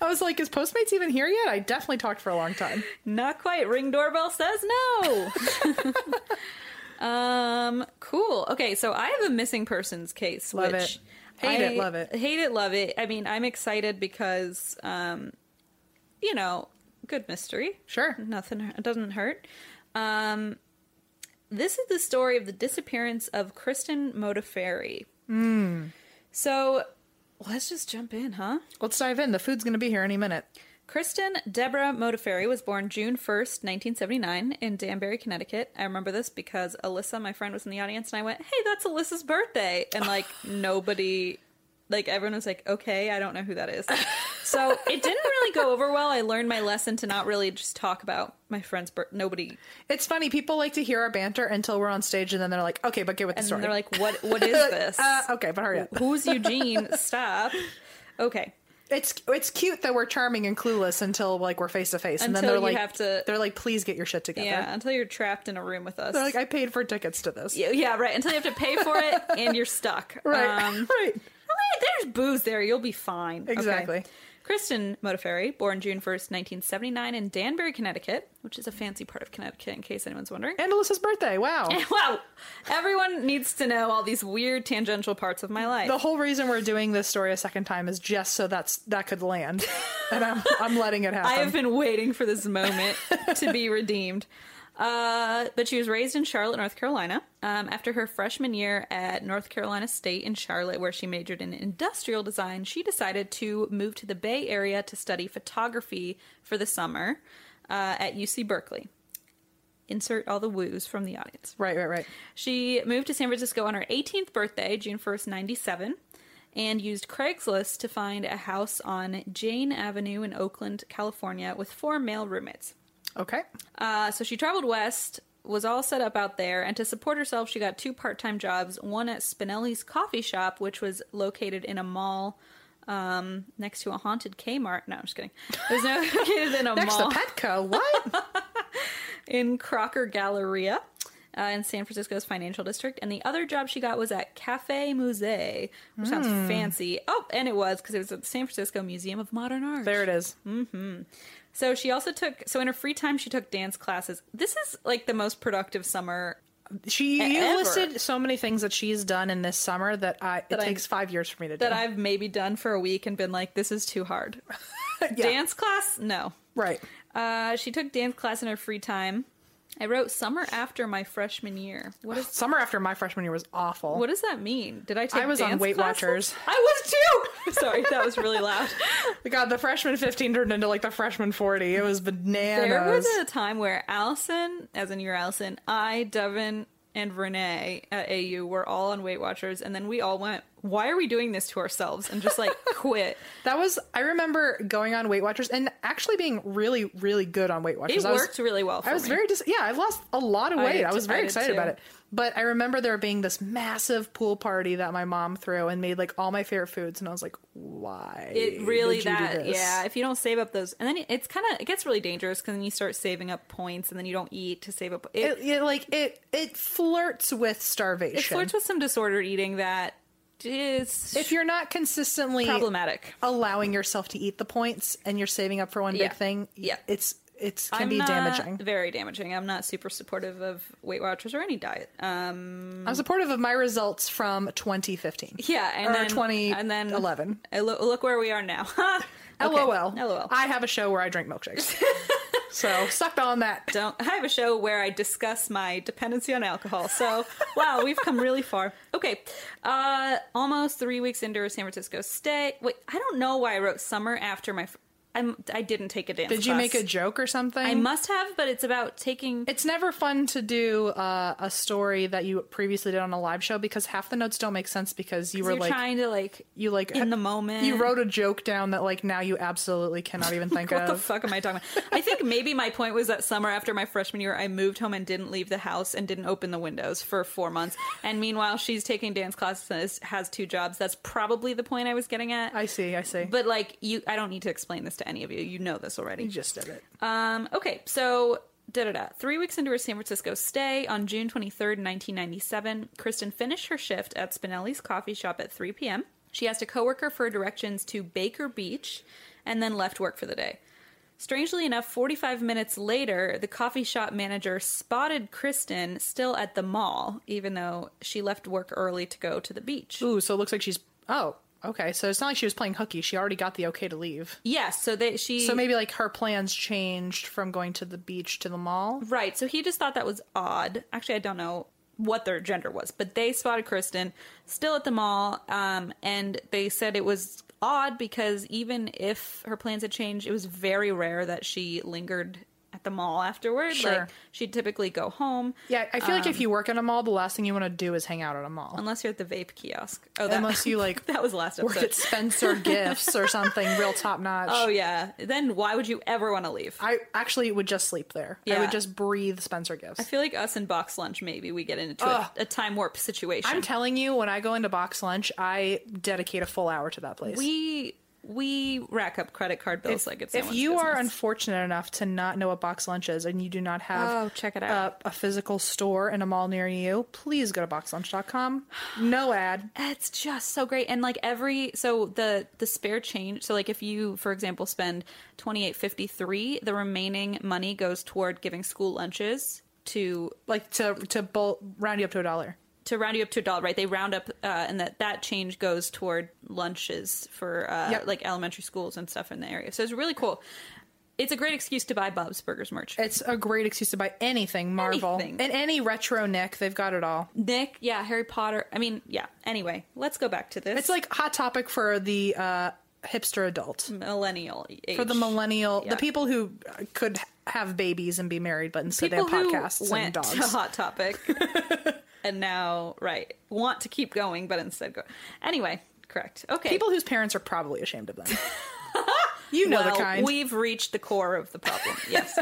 Speaker 3: I was like, is Postmates even here yet? I definitely talked for a long time.
Speaker 4: Not quite. Ring doorbell says no. um, cool. Okay, so I have a missing persons case.
Speaker 3: Love
Speaker 4: which
Speaker 3: it. Hate it, love it.
Speaker 4: Hate it, love it. I mean, I'm excited because, um, you know, good mystery.
Speaker 3: Sure.
Speaker 4: Nothing it doesn't hurt. Um, this is the story of the disappearance of Kristen Modafferi. So let's just jump in, huh?
Speaker 3: Let's dive in. The food's going to be here any minute.
Speaker 4: Kristen Deborah Modafferi was born June 1st, 1979, in Danbury, Connecticut. I remember this because Alyssa, my friend, was in the audience, and I went, Hey, that's Alyssa's birthday. And like, nobody, like, everyone was like, Okay, I don't know who that is. So it didn't really go over well. I learned my lesson to not really just talk about my friend's birth. Nobody.
Speaker 3: It's funny. People like to hear our banter until we're on stage, and then they're like, okay, but get with the
Speaker 4: And
Speaker 3: story.
Speaker 4: they're like, What, what is this?
Speaker 3: uh, okay, but hurry up.
Speaker 4: Who's Eugene? Stop. Okay.
Speaker 3: It's it's cute that we're charming and clueless until like we're face to face, and then
Speaker 4: Until
Speaker 3: they're
Speaker 4: you
Speaker 3: like,
Speaker 4: have to-
Speaker 3: they're like, please get your shit together.
Speaker 4: Yeah, until you're trapped in a room with us.
Speaker 3: They're like, I paid for tickets to this.
Speaker 4: Yeah, yeah, right. Until you have to pay for it and you're stuck.
Speaker 3: Right,
Speaker 4: Um,
Speaker 3: right.
Speaker 4: Hey, there's booze there. You'll be fine. Okay.
Speaker 3: Exactly.
Speaker 4: Kristen Modafferi, born June 1st, 1979, in Danbury, Connecticut, which is a fancy part of Connecticut, in case anyone's wondering.
Speaker 3: And Alyssa's birthday. Wow.
Speaker 4: wow. Everyone needs to know all these weird tangential parts of my life.
Speaker 3: The whole reason we're doing this story a second time is just so that's that could land, and I'm I'm letting it happen.
Speaker 4: I have been waiting for this moment to be redeemed. Uh, but she was raised in Charlotte, North Carolina. Um, after her freshman year at North Carolina State in Charlotte, where she majored in industrial design, she decided to move to the Bay Area to study photography for the summer uh, at UC Berkeley. Insert all the woos from the audience.
Speaker 3: right, right, right.
Speaker 4: She moved to San Francisco on her 18th birthday, June 1st, 97, and used Craigslist to find a house on Jane Avenue in Oakland, California, with four male roommates.
Speaker 3: Okay.
Speaker 4: Uh, so she traveled west, was all set up out there, and to support herself, she got two part time jobs one at Spinelli's coffee shop, which was located in a mall. Um, next to a haunted Kmart. No, I'm just kidding. It was located in a
Speaker 3: Next
Speaker 4: mall
Speaker 3: to Petco. What?
Speaker 4: in Crocker Galleria uh, in San Francisco's financial district. And the other job she got was at Cafe Musée, which sounds fancy. Oh, and it was because it was at the San Francisco Museum of Modern Art.
Speaker 3: there it is.
Speaker 4: So she also took, so in her free time, she took dance classes. This is like the most productive summer.
Speaker 3: She
Speaker 4: E-
Speaker 3: you
Speaker 4: ever.
Speaker 3: listed so many things that she's done in this summer that I it
Speaker 4: I-
Speaker 3: takes five years for me to do.
Speaker 4: That I've maybe done for a week and been like, this is too hard. Dance class? No.
Speaker 3: right.
Speaker 4: Uh, she took dance class in her free time. I wrote summer after my freshman year. What is
Speaker 3: Summer after my freshman year was awful.
Speaker 4: What does that mean? Did I take?
Speaker 3: I was on
Speaker 4: dance
Speaker 3: Weight
Speaker 4: classes?
Speaker 3: Watchers.
Speaker 4: I was too. Sorry, that was really loud.
Speaker 3: God, the freshman 15 turned into like the freshman 40. It was bananas.
Speaker 4: There was a time where Allison, as in your Allison, I, Devin, and Renee at AU were all on Weight Watchers, and then we all went why are we doing this to ourselves? And just like quit.
Speaker 3: That was I remember going on Weight Watchers and actually being really really good on Weight Watchers.
Speaker 4: It
Speaker 3: I was-
Speaker 4: worked really well for
Speaker 3: I was
Speaker 4: me.
Speaker 3: very dis- yeah, I lost a lot of weight.
Speaker 4: did
Speaker 3: I, was
Speaker 4: too-
Speaker 3: very
Speaker 4: I did
Speaker 3: excited
Speaker 4: too.
Speaker 3: about it. But I remember there being this massive pool party that my mom threw and made like all my favorite foods and I was like, "Why?"
Speaker 4: it really
Speaker 3: did you do
Speaker 4: that
Speaker 3: this?
Speaker 4: yeah if you don't save up those and then it- it's kind of it gets really dangerous because then you start saving up points and then you don't eat to save up it,
Speaker 3: It,
Speaker 4: it,
Speaker 3: it, like it it flirts with starvation.
Speaker 4: flirts with some disordered eating that is
Speaker 3: if you're not consistently
Speaker 4: problematic
Speaker 3: allowing yourself to eat the points and you're saving up for one
Speaker 4: Yeah.
Speaker 3: big thing,
Speaker 4: Yeah.
Speaker 3: it's it's can
Speaker 4: I'm
Speaker 3: be
Speaker 4: not-
Speaker 3: damaging.
Speaker 4: very damaging i'm not super supportive of weight watchers or any diet um
Speaker 3: I'm supportive of my results from 2015.
Speaker 4: yeah and
Speaker 3: or
Speaker 4: then
Speaker 3: 2011.
Speaker 4: I lo- look where we are now lol
Speaker 3: LOL.
Speaker 4: lol
Speaker 3: I have a show where I drink milkshakes. so sucked on that.
Speaker 4: don't I have a show where I discuss my dependency on alcohol. So wow, we've come really far. Okay. Uh almost three weeks into a San Francisco stay. Wait, I don't know why I wrote summer after my f- I'm I didn't take a dance.
Speaker 3: Did you
Speaker 4: class.
Speaker 3: make a joke or something?
Speaker 4: I must have, but it's about taking
Speaker 3: It's never fun to do uh, a story that you previously did on a live show because half the notes don't make sense because you were
Speaker 4: you're
Speaker 3: like
Speaker 4: trying to like
Speaker 3: you like
Speaker 4: in the moment.
Speaker 3: You wrote a joke down that like now you absolutely cannot even think
Speaker 4: what
Speaker 3: of.
Speaker 4: the fuck am I talking about? I think maybe my point was that summer after my freshman year, I moved home and didn't leave the house and didn't open the windows for four months. And meanwhile, she's taking dance classes and is, has two jobs. That's probably the point I was getting at.
Speaker 3: I see. I see.
Speaker 4: But like you, I don't need to explain this to any of you. You know this
Speaker 3: you
Speaker 4: already.
Speaker 3: just did it.
Speaker 4: Um. Okay. So. Da, da, da. Three weeks into her San Francisco stay on June 23rd, 1997, Kristen finished her shift at Spinelli's coffee shop at 3 p.m. She asked a coworker for directions to Baker Beach and then left work for the day. Strangely enough, 45 minutes later, the coffee shop manager spotted Kristen still at the mall, even though she left work early to go to the beach.
Speaker 3: Ooh, so it looks like she's oh okay. So it's not like she was playing hooky. She already got the okay to leave.
Speaker 4: Yes, so they, she.
Speaker 3: So maybe like her plans changed from going to the beach to the mall.
Speaker 4: Right. So he just thought that was odd. Actually, I don't know what their gender was, but they spotted Kristen still at the mall, um, and they said it was odd because even if her plans had changed, it was very rare that she lingered at the mall afterward.
Speaker 3: Sure.
Speaker 4: Like she'd typically go home.
Speaker 3: Yeah, I feel like
Speaker 4: Um,
Speaker 3: if you work in a mall, the last thing you want to do is hang out at a mall.
Speaker 4: Unless you're at the vape kiosk. Oh, that,
Speaker 3: Unless you like
Speaker 4: that was last
Speaker 3: work
Speaker 4: episode.
Speaker 3: at Spencer Gifts or something real top notch.
Speaker 4: Oh yeah. Then why would you ever want to leave?
Speaker 3: I actually would just sleep there. I
Speaker 4: Yeah.
Speaker 3: would just breathe Spencer Gifts.
Speaker 4: I feel like us and box lunch maybe we get into
Speaker 3: Ugh.
Speaker 4: a, a time warp situation.
Speaker 3: I'm telling you, when I go into box lunch, I dedicate a full hour to that place.
Speaker 4: we we rack up credit card bills like it's no
Speaker 3: if
Speaker 4: one's
Speaker 3: you are
Speaker 4: business.
Speaker 3: unfortunate enough to not know what box lunch is and you do not have
Speaker 4: Oh, check it
Speaker 3: uh,
Speaker 4: out.
Speaker 3: a physical store in a mall near you, please go to boxlunch.com. No ad.
Speaker 4: it's just so great and like every so the the spare change so like if you for example spend 28.53 the remaining money goes toward giving school lunches to
Speaker 3: Like to to bol- round you up to a dollar.
Speaker 4: to round you up to a dollar right they round up uh, and that that change goes toward lunches for uh,
Speaker 3: Yep.
Speaker 4: like elementary schools and stuff in the area so it's really cool it's a great excuse to buy bob's burgers merch
Speaker 3: It's a great excuse to buy anything Marvel
Speaker 4: Anything.
Speaker 3: and any retro Nick. They've got it all.
Speaker 4: nick yeah harry potter i mean yeah anyway let's go back to this
Speaker 3: It's like hot topic for the uh, hipster adult,
Speaker 4: millennial age.
Speaker 3: for the millennial,
Speaker 4: Yeah.
Speaker 3: the people who uh, could have babies and be married, but instead
Speaker 4: people
Speaker 3: they have
Speaker 4: who
Speaker 3: podcasts
Speaker 4: went
Speaker 3: and dogs.
Speaker 4: to Hot Topic and now right want to keep going, but instead go. Anyway, correct. Okay,
Speaker 3: People whose parents are probably ashamed of them. you know
Speaker 4: well,
Speaker 3: the kind.
Speaker 4: We've reached the core of the problem. Yes.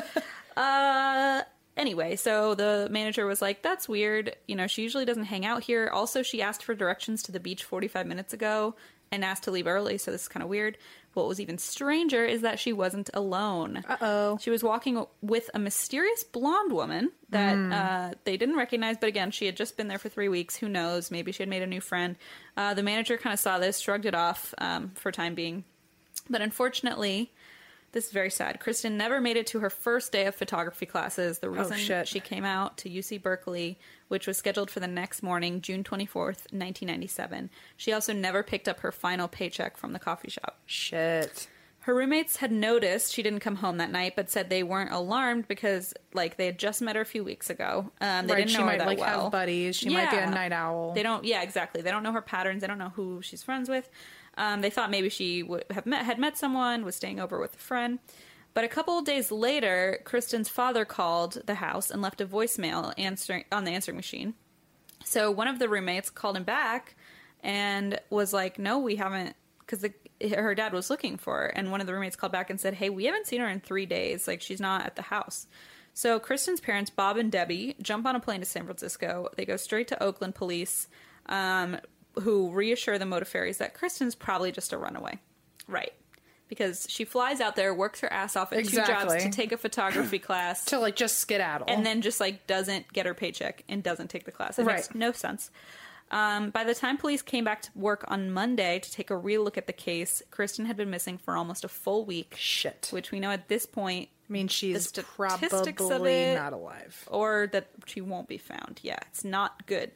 Speaker 4: uh, anyway, so the manager was like, "That's weird. You know, she usually doesn't hang out here. Also, she asked for directions to the beach 45 minutes ago and asked to leave early, so this is kind of weird." What was even stranger is that she wasn't alone. Uh oh. She was walking with a mysterious blonde woman that uh, they didn't recognize, but again, she had just been there for three weeks. Who knows? Maybe she had made a new friend. Uh, the manager kind of saw this, shrugged it off um, for time being, but unfortunately, this is very sad. Kristen never made it to her first day of photography classes. The reason
Speaker 3: shit.
Speaker 4: she came out to UC Berkeley, which was scheduled for the next morning, June 24th, 1997. She also never picked up her final paycheck from the coffee shop.
Speaker 3: Shit.
Speaker 4: Her roommates had noticed she didn't come home that night, but said they weren't alarmed because, like, they had just met her a few weeks ago. Um, they
Speaker 3: Right,
Speaker 4: didn't know
Speaker 3: she
Speaker 4: her
Speaker 3: might
Speaker 4: that
Speaker 3: like
Speaker 4: well.
Speaker 3: have buddies. She might be a
Speaker 4: Yeah.
Speaker 3: night owl.
Speaker 4: They don't. Yeah, exactly. They don't know her patterns. They don't know who she's friends with. Um, they thought maybe she would have met, had met someone, was staying over with a friend. But a couple of days later, Kristen's father called the house and left a voicemail answering on the answering machine. So one of the roommates called him back and was like, "No, we haven't," because her dad was looking for her. And one of the roommates called back and said, "Hey, we haven't seen her in three days. Like, she's not at the house." So Kristen's parents, Bob and Debbie, jump on a plane to San Francisco. They go straight to Oakland police, um, who reassure the motifaries that Kristen's probably just a runaway, right? Because she flies out there, works her ass off at two
Speaker 3: Exactly.
Speaker 4: jobs to take a photography class,
Speaker 3: to like just skedaddle.
Speaker 4: and then just like doesn't get her paycheck and doesn't take the class. It makes
Speaker 3: Right.
Speaker 4: no sense. Um, by the time police came back to work on Monday to take a real look at the case, Kristen had been missing for almost a full week,
Speaker 3: shit.
Speaker 4: which we know at this point,
Speaker 3: I mean, she's
Speaker 4: the statistics of
Speaker 3: probably
Speaker 4: it-
Speaker 3: not alive.
Speaker 4: or that she won't be found. Yeah, it's not good.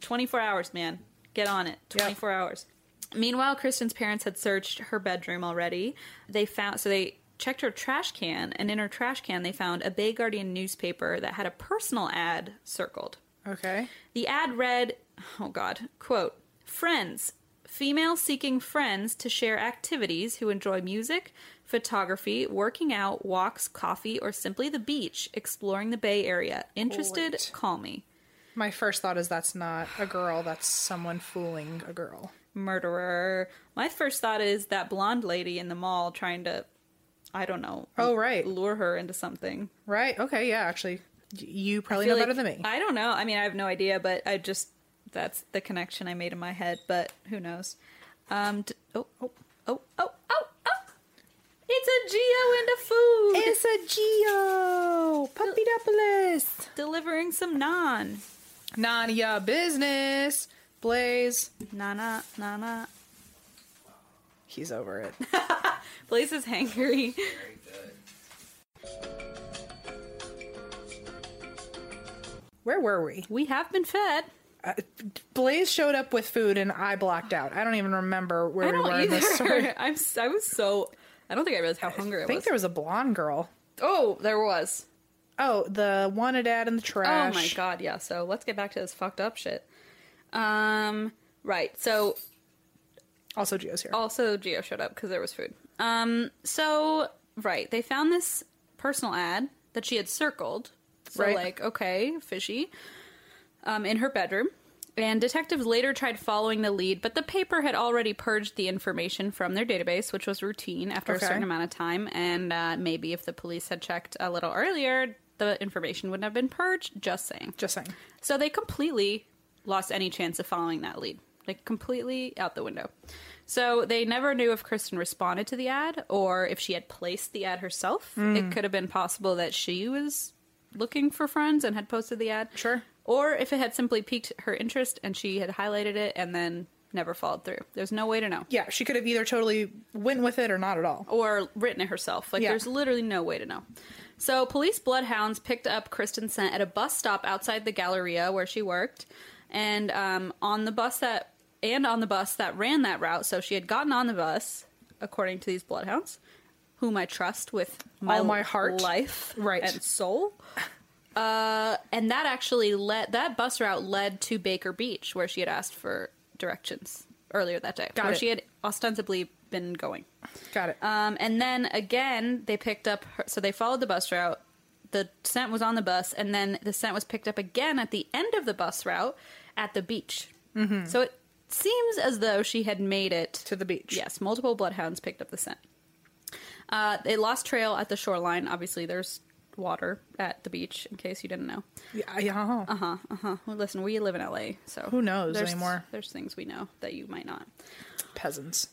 Speaker 4: 24 hours, man. Get on it. 24 hours. Meanwhile, Kristen's parents had searched her bedroom already. They found so they checked her trash can, and in her trash can they found a Bay Guardian newspaper that had a personal ad circled.
Speaker 3: Okay.
Speaker 4: The ad read, oh god, quote, friends, female seeking friends to share activities who enjoy music, photography, working out, walks, coffee, or simply the beach, exploring the Bay Area. Interested,
Speaker 3: Great.
Speaker 4: call me.
Speaker 3: My first thought is that's not a girl. That's someone fooling a girl.
Speaker 4: Murderer. My first thought is that blonde lady in the mall trying to, I don't know,
Speaker 3: Oh, right.
Speaker 4: lure her into something.
Speaker 3: Right. Okay. Yeah. Actually, y- you probably know
Speaker 4: feel
Speaker 3: better than
Speaker 4: like-
Speaker 3: me.
Speaker 4: I don't know. I mean, I have no idea, but I just that's the connection I made in my head. But who knows? Um. D- oh oh oh oh oh oh! It's a Geo into
Speaker 3: it's a
Speaker 4: food,
Speaker 3: Geo Puppydopolis.
Speaker 4: delivering some non.
Speaker 3: None of your business, Blaze.
Speaker 4: Na na na na.
Speaker 3: He's over it.
Speaker 4: Blaze is hangry.
Speaker 3: Where were we?
Speaker 4: We have been fed.
Speaker 3: Uh, Blaze showed up with food, and I blocked out. I don't even remember where
Speaker 4: I
Speaker 3: we
Speaker 4: don't
Speaker 3: were in this story.
Speaker 4: either. I'm. s- I was so. I don't think I realized how hungry I,
Speaker 3: I
Speaker 4: was.
Speaker 3: think there was a blonde girl.
Speaker 4: oh, there was.
Speaker 3: Oh, the wanted ad in the trash.
Speaker 4: Oh my god, yeah. So let's get back to this fucked up shit. Um. Right. So
Speaker 3: Also, Geo's here.
Speaker 4: also Geo showed up because there was food. Um, so right, they found this personal ad that she had circled. So
Speaker 3: Right.
Speaker 4: like, okay, fishy. Um, in her bedroom. And detectives later tried following the lead, but the paper had already purged the information from their database, which was routine after
Speaker 3: Okay.
Speaker 4: a certain amount of time. And uh, maybe if the police had checked a little earlier, the information wouldn't have been purged. Just saying.
Speaker 3: Just saying.
Speaker 4: So they completely lost any chance of following that lead. Like, completely out the window. So they never knew if Kristen responded to the ad or if she had placed the ad herself. It could have been possible that she was looking for friends and had posted the ad.
Speaker 3: Sure.
Speaker 4: Or if it had simply piqued her interest and she had highlighted it and then never followed through. There's no way to know.
Speaker 3: Yeah, she could have either totally went with it or not at all.
Speaker 4: Or written it herself. Like,
Speaker 3: Yeah.
Speaker 4: there's literally no way to know. So, police bloodhounds picked up Kristen Scent at a bus stop outside the Galleria where she worked, and um, on the bus that and on the bus that ran that route. So she had gotten on the bus, according to these bloodhounds, whom I trust with my,
Speaker 3: All my heart.
Speaker 4: life,
Speaker 3: Right.
Speaker 4: and soul. Uh, and that actually led that bus route led to Baker Beach, where she had asked for directions earlier that day,
Speaker 3: Got
Speaker 4: where
Speaker 3: it.
Speaker 4: she had ostensibly been going.
Speaker 3: Got it.
Speaker 4: Um, and then again, they picked up. Her, so they followed the bus route. The scent was on the bus, and then the scent was picked up again at the end of the bus route at the beach. Mm-hmm. So it seems as though she had made it
Speaker 3: to the beach.
Speaker 4: Yes, multiple bloodhounds picked up the scent. Uh, they lost trail at the shoreline. Obviously, there's water at the beach. In case you didn't know.
Speaker 3: Yeah, uh-huh. yeah.
Speaker 4: Uh huh. Uh huh. Well, listen, we live in LA, so
Speaker 3: Who knows
Speaker 4: there's,
Speaker 3: anymore?
Speaker 4: There's things we know that you might not.
Speaker 3: Peasants.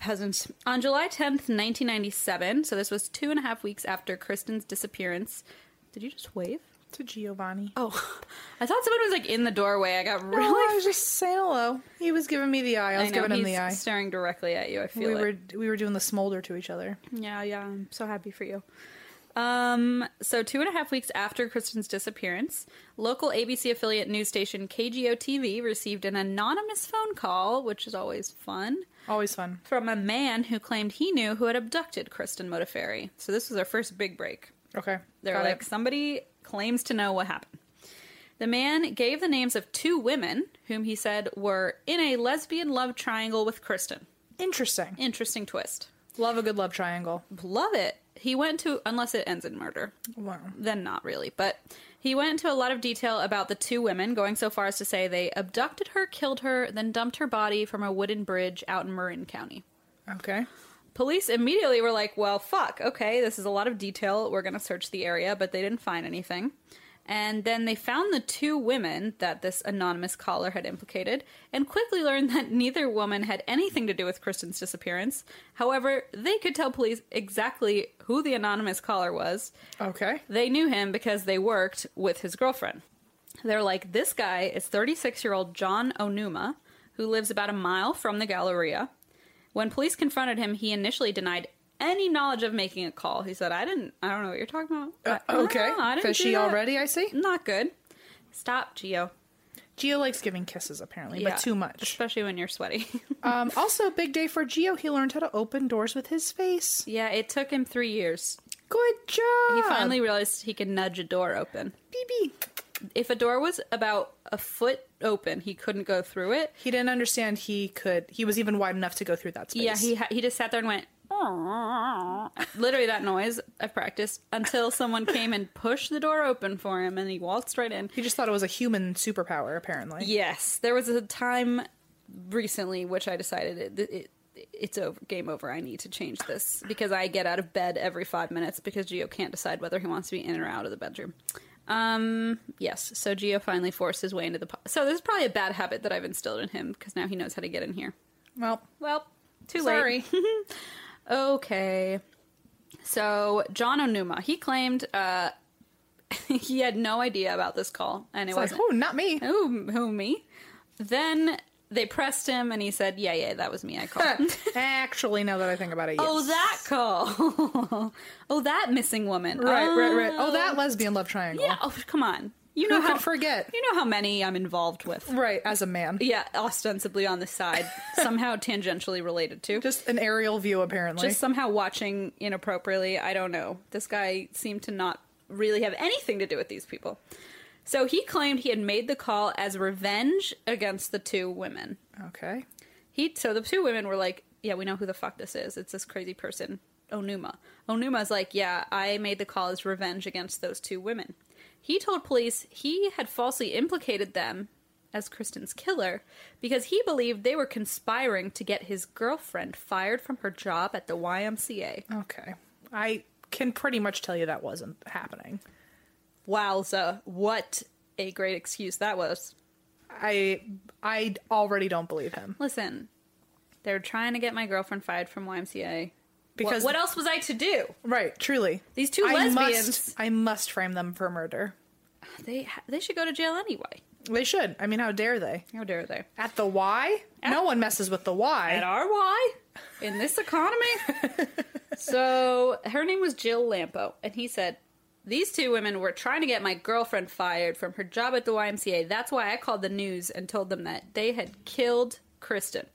Speaker 4: peasants. On July 10th, 1997, so this was two and a half weeks after Kristen's disappearance. Did you just wave?
Speaker 3: To Giovanni.
Speaker 4: Oh, I thought someone was like in the doorway. I got
Speaker 3: No,
Speaker 4: really.
Speaker 3: I was just saying hello. He was giving me the eye. I was
Speaker 4: know,
Speaker 3: giving him
Speaker 4: he's
Speaker 3: the eye.
Speaker 4: staring directly at you. I feel
Speaker 3: We
Speaker 4: it.
Speaker 3: were we were doing the smolder to each other.
Speaker 4: Yeah, yeah. I'm so happy for you. Um, so two and a half weeks after Kristen's disappearance, local ABC affiliate news station KGO TV received an anonymous phone call, which is always fun.
Speaker 3: Always fun.
Speaker 4: From a man who claimed he knew who had abducted Kristen Modafferi. So this was our first big break.
Speaker 3: Okay.
Speaker 4: They're
Speaker 3: got
Speaker 4: like,
Speaker 3: it.
Speaker 4: somebody claims to know what happened. The man gave the names of two women whom he said were in a lesbian love triangle with Kristen.
Speaker 3: interesting.
Speaker 4: Interesting twist.
Speaker 3: Love a good love triangle.
Speaker 4: Love it. He went to, unless it ends in murder,
Speaker 3: Wow.
Speaker 4: then not really. But He went into a lot of detail about the two women, going so far as to say they abducted her, killed her, then dumped her body from a wooden bridge out in Marin County.
Speaker 3: Okay.
Speaker 4: Police immediately were like, well, fuck, okay, this is a lot of detail. We're going to search the area, but they didn't find anything. And then they found the two women that this anonymous caller had implicated and quickly learned that neither woman had anything to do with Kristen's disappearance. However, they could tell police exactly who the anonymous caller was.
Speaker 3: Okay.
Speaker 4: They knew him because they worked with his girlfriend. They're like, this guy is 36 year old John Onuma, who lives about a mile from the Galleria. When police confronted him, he initially denied any knowledge of making a call. He said, I didn't, I don't know what you're talking about. I- I don't
Speaker 3: Uh, okay.
Speaker 4: know, Ah, I didn't do
Speaker 3: Fishy
Speaker 4: that."
Speaker 3: already, I see.
Speaker 4: Not good. Stop, Geo.
Speaker 3: Geo likes giving kisses, apparently,
Speaker 4: Yeah.
Speaker 3: but too much.
Speaker 4: Especially when you're sweaty.
Speaker 3: Um, also, big day for Geo. He learned how to open doors with his face.
Speaker 4: yeah, it took him three years.
Speaker 3: Good job.
Speaker 4: He finally realized he could nudge a door open.
Speaker 3: BB.
Speaker 4: If a door was about a foot open, he couldn't go through it.
Speaker 3: He didn't understand he could. He was even wide enough to go through that space.
Speaker 4: Yeah, he ha- he just sat there and went. Literally that noise I've practiced until someone came and pushed the door open for him and he waltzed right in.
Speaker 3: He just thought it was a human superpower, apparently.
Speaker 4: Yes, there was a time recently which I decided it, it, it's over, game over. I need to change this because I get out of bed every five minutes because Geo can't decide whether he wants to be in or out of the bedroom. Um, yes, so Geo finally forced his way into the. Po- so this is probably a bad habit that I've instilled in him because now he knows how to get in here.
Speaker 3: Well,
Speaker 4: Well, too late.
Speaker 3: sorry.
Speaker 4: Okay. So John Onuma, he claimed uh, he had no idea about this call, and it
Speaker 3: It's like,
Speaker 4: wasn't.
Speaker 3: oh, not me.
Speaker 4: Who, who, me? Then they pressed him and he said, Yeah, yeah, that was me. I called.
Speaker 3: Actually, now that I think about it, yes.
Speaker 4: oh, that call. oh, that missing woman.
Speaker 3: Right,
Speaker 4: oh.
Speaker 3: right, right. Oh, that lesbian love triangle.
Speaker 4: Yeah, oh, come on. You
Speaker 3: Who
Speaker 4: know
Speaker 3: could
Speaker 4: how
Speaker 3: forget?
Speaker 4: You know how many I'm involved with.
Speaker 3: Right, as a man.
Speaker 4: Yeah, ostensibly on the side, somehow tangentially related to.
Speaker 3: Just an aerial view, apparently.
Speaker 4: just somehow watching inappropriately. I don't know. This guy seemed to not really have anything to do with these people. So he claimed he had made the call as revenge against the two women.
Speaker 3: okay.
Speaker 4: He so the two women were like, "Yeah, we know who the fuck this is. It's this crazy person, Onuma." Onuma's like, "Yeah, I made the call as revenge against those two women." He told police he had falsely implicated them as Kristen's killer because he believed they were conspiring to get his girlfriend fired from her job at the YMCA.
Speaker 3: Okay. I can pretty much tell you that wasn't happening.
Speaker 4: Wowza, what a great excuse that was.
Speaker 3: I I already don't believe him
Speaker 4: Listen, they're trying to get my girlfriend fired from YMCA.
Speaker 3: because
Speaker 4: what, what else was I to do?
Speaker 3: Right, truly.
Speaker 4: These two lesbians.
Speaker 3: Must, I must frame them for murder.
Speaker 4: They ha- they should go to jail anyway.
Speaker 3: They should. I mean, how dare they?
Speaker 4: How dare they?
Speaker 3: At the Y? no one messes with the Y.
Speaker 4: At RY in this economy. so her name was Jill Lampo, and he said these two women were trying to get my girlfriend fired from her job at the YMCA. That's why I called the news and told them that they had killed Kristen.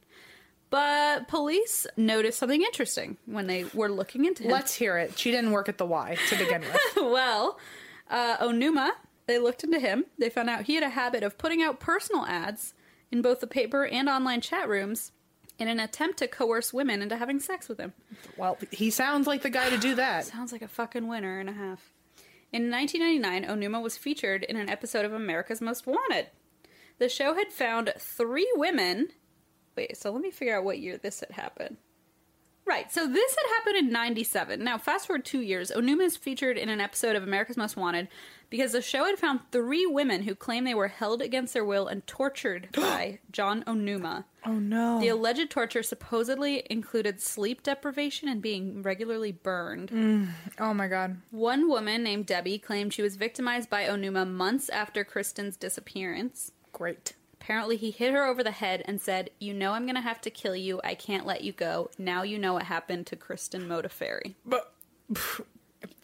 Speaker 4: But police noticed something interesting when they were looking into him.
Speaker 3: Let's hear it. She didn't work at the Y to begin with.
Speaker 4: well, uh, Onuma, they looked into him. They found out he had a habit of putting out personal ads in both the paper and online chat rooms in an attempt to coerce women into having sex with him.
Speaker 3: Well, he sounds like the guy to do that.
Speaker 4: Sounds like a fucking winner and a half. In 1999, Onuma was featured in an episode of America's Most Wanted. The show had found three women. Wait, so let me figure out what year this had happened. Right, so this had happened in 97. Now, fast forward two years, Onuma is featured in an episode of America's Most Wanted because the show had found three women who claimed they were held against their will and tortured by John Onuma.
Speaker 3: Oh no.
Speaker 4: The alleged torture supposedly included sleep deprivation and being regularly burned.
Speaker 3: Oh my god.
Speaker 4: One woman named Debbie claimed she was victimized by Onuma months after Kristen's disappearance.
Speaker 3: Great.
Speaker 4: Apparently, he hit her over the head and said, You know, I'm going to have to kill you. I can't let you go. Now you know what happened to Kristen Modafferi.
Speaker 3: But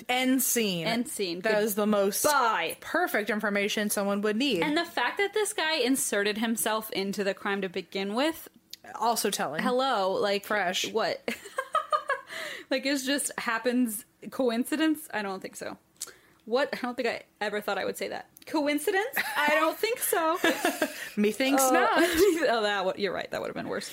Speaker 3: end scene.
Speaker 4: End scene.
Speaker 3: That is the most
Speaker 4: Bye.
Speaker 3: perfect information someone would need.
Speaker 4: And the fact that this guy inserted himself into the crime to begin with,
Speaker 3: also telling.
Speaker 4: hello, like,
Speaker 3: Fresh.
Speaker 4: What? like, it's just happens coincidence? I don't think so. What? I don't think I ever thought I would say that. Coincidence? I don't think so.
Speaker 3: Methinks
Speaker 4: No,
Speaker 3: not.
Speaker 4: oh, that would- you're right. That would have been worse.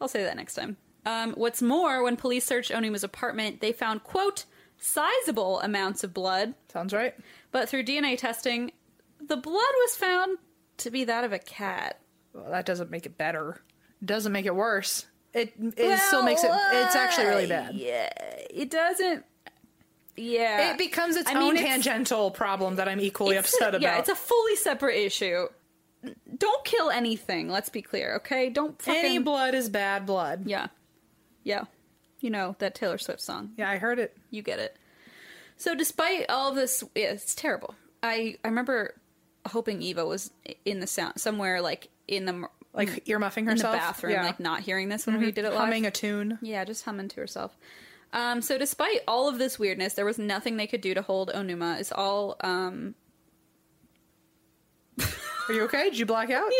Speaker 4: I'll say that next time. Um, what's more, when police searched Onuma's apartment, they found quote sizable amounts of blood,
Speaker 3: Sounds right.
Speaker 4: but through DNA testing, the blood was found to be that of a cat.
Speaker 3: Well, that doesn't make it better. Doesn't make it worse. It it still makes it. It's actually really
Speaker 4: uh,
Speaker 3: bad.
Speaker 4: Yeah, it doesn't. Yeah,
Speaker 3: It becomes its
Speaker 4: I mean,
Speaker 3: own
Speaker 4: it's-
Speaker 3: tangential problem that I'm equally
Speaker 4: It's-
Speaker 3: upset about.
Speaker 4: Yeah, it's a fully separate issue. Don't kill anything. Let's be clear, okay? Don't fucking
Speaker 3: Any blood is bad blood.
Speaker 4: yeah, yeah. You know that Taylor Swift song.
Speaker 3: Yeah, I heard it.
Speaker 4: You get it. So despite all this, yeah, it's terrible. I I remember hoping Eva was in the sound somewhere like in the m-
Speaker 3: Like earmuffing
Speaker 4: Mm. in the
Speaker 3: herself.
Speaker 4: bathroom,
Speaker 3: yeah. Mm-hmm.
Speaker 4: like not hearing this when we did it live.
Speaker 3: humming a tune.
Speaker 4: Yeah, just humming to herself. Um, so despite all of this weirdness, there was nothing they could do to hold Onuma. It's all um,
Speaker 3: Are you okay? Did you black out?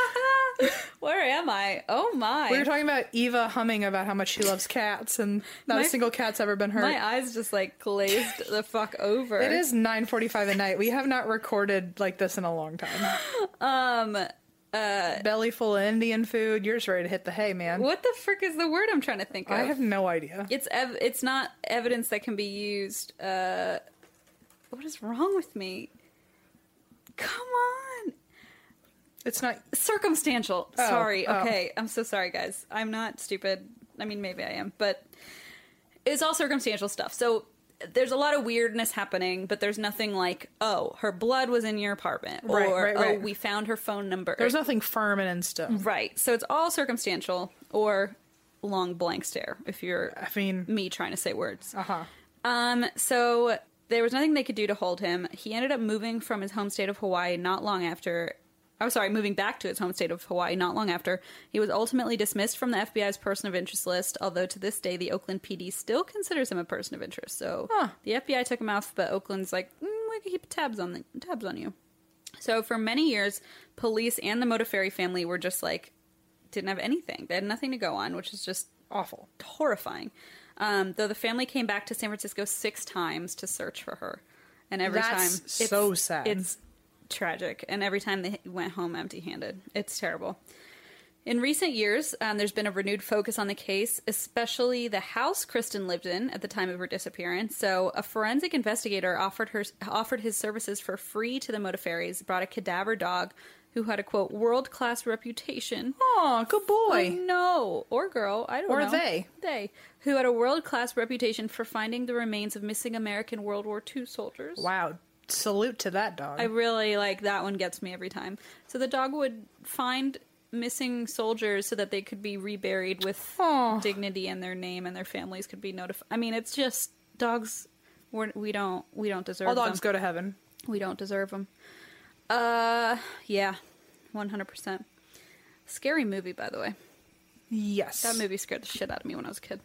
Speaker 4: where am I? Oh my!
Speaker 3: We were talking about Eva humming about how much she loves cats, and not a
Speaker 4: My-
Speaker 3: single cat's ever been hurt.
Speaker 4: My eyes just like glazed the fuck over.
Speaker 3: It is 9:45 at night. We have not recorded like this in a long time.
Speaker 4: Um,
Speaker 3: Belly full of Indian food. Yours ready to hit the hay, man.
Speaker 4: what the frick is the word I'm trying to think of?
Speaker 3: I have no idea.
Speaker 4: It's ev- it's not evidence that can be used. Uh, what is wrong with me? Come on,
Speaker 3: It's not.
Speaker 4: circumstantial.
Speaker 3: Oh,
Speaker 4: sorry.
Speaker 3: oh.
Speaker 4: Okay. I'm so sorry, guys. I'm not stupid. I mean, maybe I am, but it's all circumstantial stuff. So there's a lot of weirdness happening, but there's nothing like, oh, her blood was in your apartment, or
Speaker 3: Right, right,
Speaker 4: oh,
Speaker 3: right.
Speaker 4: we found her phone number.
Speaker 3: There's nothing firm and instant.
Speaker 4: right. So it's all circumstantial or long blank stare. If you're,
Speaker 3: I mean,
Speaker 4: Mm-hmm. me trying to say words.
Speaker 3: uh huh.
Speaker 4: Um, so there was nothing they could do to hold him. He ended up moving from his home state of Hawaii not long after. I'm sorry, moving back to his home state of Hawaii not long after. He was ultimately dismissed from the FBI's person of interest list, although to this day the Oakland PD still considers him a person of interest. So the FBI took him off, but Oakland's like, mm, we can keep tabs on the, tabs on you. So for many years, police and the Moda Ferry family were just like, didn't have anything. They had nothing to go on, which is just
Speaker 3: Awful.
Speaker 4: horrifying. Um, though the family came back to San Francisco six times to search for her, and every
Speaker 3: That's
Speaker 4: time it's-
Speaker 3: so sad.
Speaker 4: It's tragic, and every time they went home empty-handed. It's terrible. In recent years, um, there's been a renewed focus on the case, especially the house Kristen lived in at the time of her disappearance. So, a forensic investigator offered her offered his services for free to the Modaferries, brought a cadaver dog who had a quote world class reputation.
Speaker 3: Oh, good boy.
Speaker 4: Mm-hmm. No, or girl, I don't
Speaker 3: Or
Speaker 4: know.
Speaker 3: they.
Speaker 4: They, who had a world class reputation for finding the remains of missing American World War II soldiers.
Speaker 3: Wow. Salute to that dog.
Speaker 4: I really like that one, gets me every time. So the dog would find missing soldiers so that they could be reburied with
Speaker 3: Aw.
Speaker 4: dignity and their name and their families could be notified. I mean, it's just dogs. We're, we don't we don't deserve
Speaker 3: All dogs
Speaker 4: them.
Speaker 3: go to heaven.
Speaker 4: We don't deserve them. Uh, yeah, one hundred percent. Scary movie, by the way.
Speaker 3: Yes.
Speaker 4: That movie scared the shit out of me when I was a kid.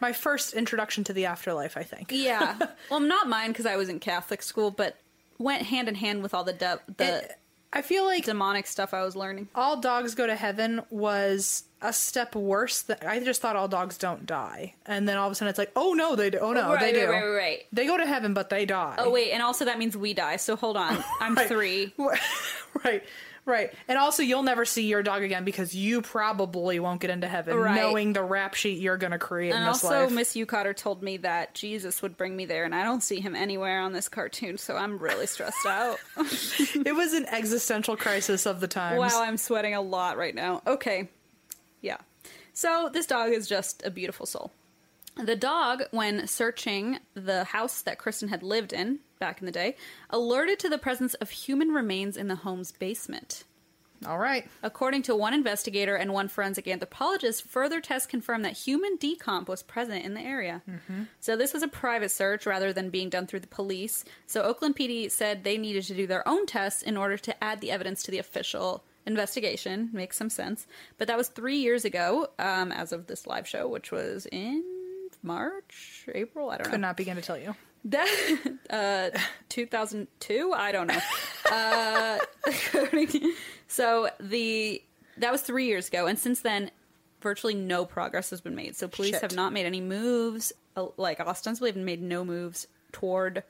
Speaker 3: My first introduction to the afterlife, I think.
Speaker 4: Yeah. well, not mine because I was in Catholic school, but went hand in hand with all the de- the
Speaker 3: It- I feel like
Speaker 4: demonic stuff I was learning.
Speaker 3: All Dogs Go to Heaven was a step worse. Than, I just thought all dogs don't die. And then all of a sudden it's like, oh no, they do. Oh no,
Speaker 4: Right,
Speaker 3: they do.
Speaker 4: right, right, right, right.
Speaker 3: They go to heaven, but they die.
Speaker 4: Oh wait, and also that means we die. So hold on, I'm three.
Speaker 3: right, right. And also, you'll never see your dog again because you probably won't get into heaven
Speaker 4: Right.
Speaker 3: knowing the rap sheet you're going to create
Speaker 4: And
Speaker 3: in this
Speaker 4: also,
Speaker 3: life.
Speaker 4: Miss Ucotter told me that Jesus would bring me there, and I don't see him anywhere on this cartoon, so I'm really stressed out.
Speaker 3: it was an existential crisis of the times.
Speaker 4: Wow, I'm sweating a lot right now. Okay. Yeah. So this dog is just a beautiful soul. The dog, when searching the house that Kristen had lived in back in the day, alerted to the presence of human remains in the home's basement.
Speaker 3: All right.
Speaker 4: According to one investigator and one forensic anthropologist, further tests confirmed that human decomp was present in the area. So this was a private search rather than being done through the police. So Oakland PD said they needed to do their own tests in order to add the evidence to the official investigation. Makes some sense. But that was three years ago, um, as of this live show, which was in March, April, I don't know.
Speaker 3: Could not begin to tell you.
Speaker 4: That uh, 2002, I don't know. Uh, so the that was three years ago, and since then, virtually no progress has been made. So police
Speaker 3: Shit.
Speaker 4: have not made any moves, uh, like ostensibly have made no moves toward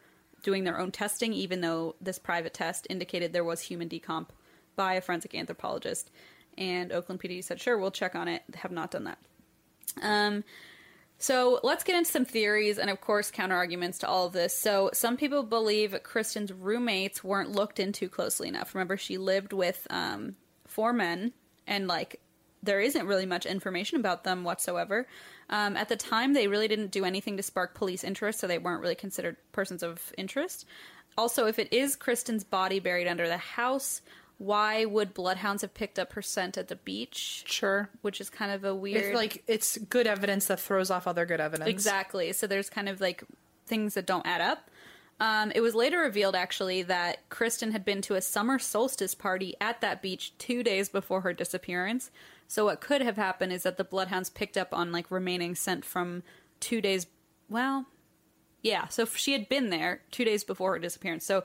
Speaker 4: doing their own testing, even though this private test indicated there was human decomp by a forensic anthropologist. And Oakland PD said, "Sure, we'll check on it." Have not done that. Um, So let's get into some theories and, of course, counter arguments to all of this. So, some people believe Kristen's roommates weren't looked into closely enough. Remember, she lived with um, four men, and like there isn't really much information about them whatsoever. Um, at the time, they really didn't do anything to spark police interest, so they weren't really considered persons of interest. Also, if it is Kristen's body buried under the house, why would bloodhounds have picked up her scent at the beach?
Speaker 3: Sure.
Speaker 4: Which is kind of a weird.
Speaker 3: It's like it's good evidence that throws off other good evidence.
Speaker 4: Exactly. So there's kind of like things that don't add up. Um, it was later revealed, actually, that Kristen had been to a summer solstice party at that beach two days before her disappearance. So what could have happened is that the bloodhounds picked up on like remaining scent from two days. Well, yeah. So she had been there two days before her disappearance. So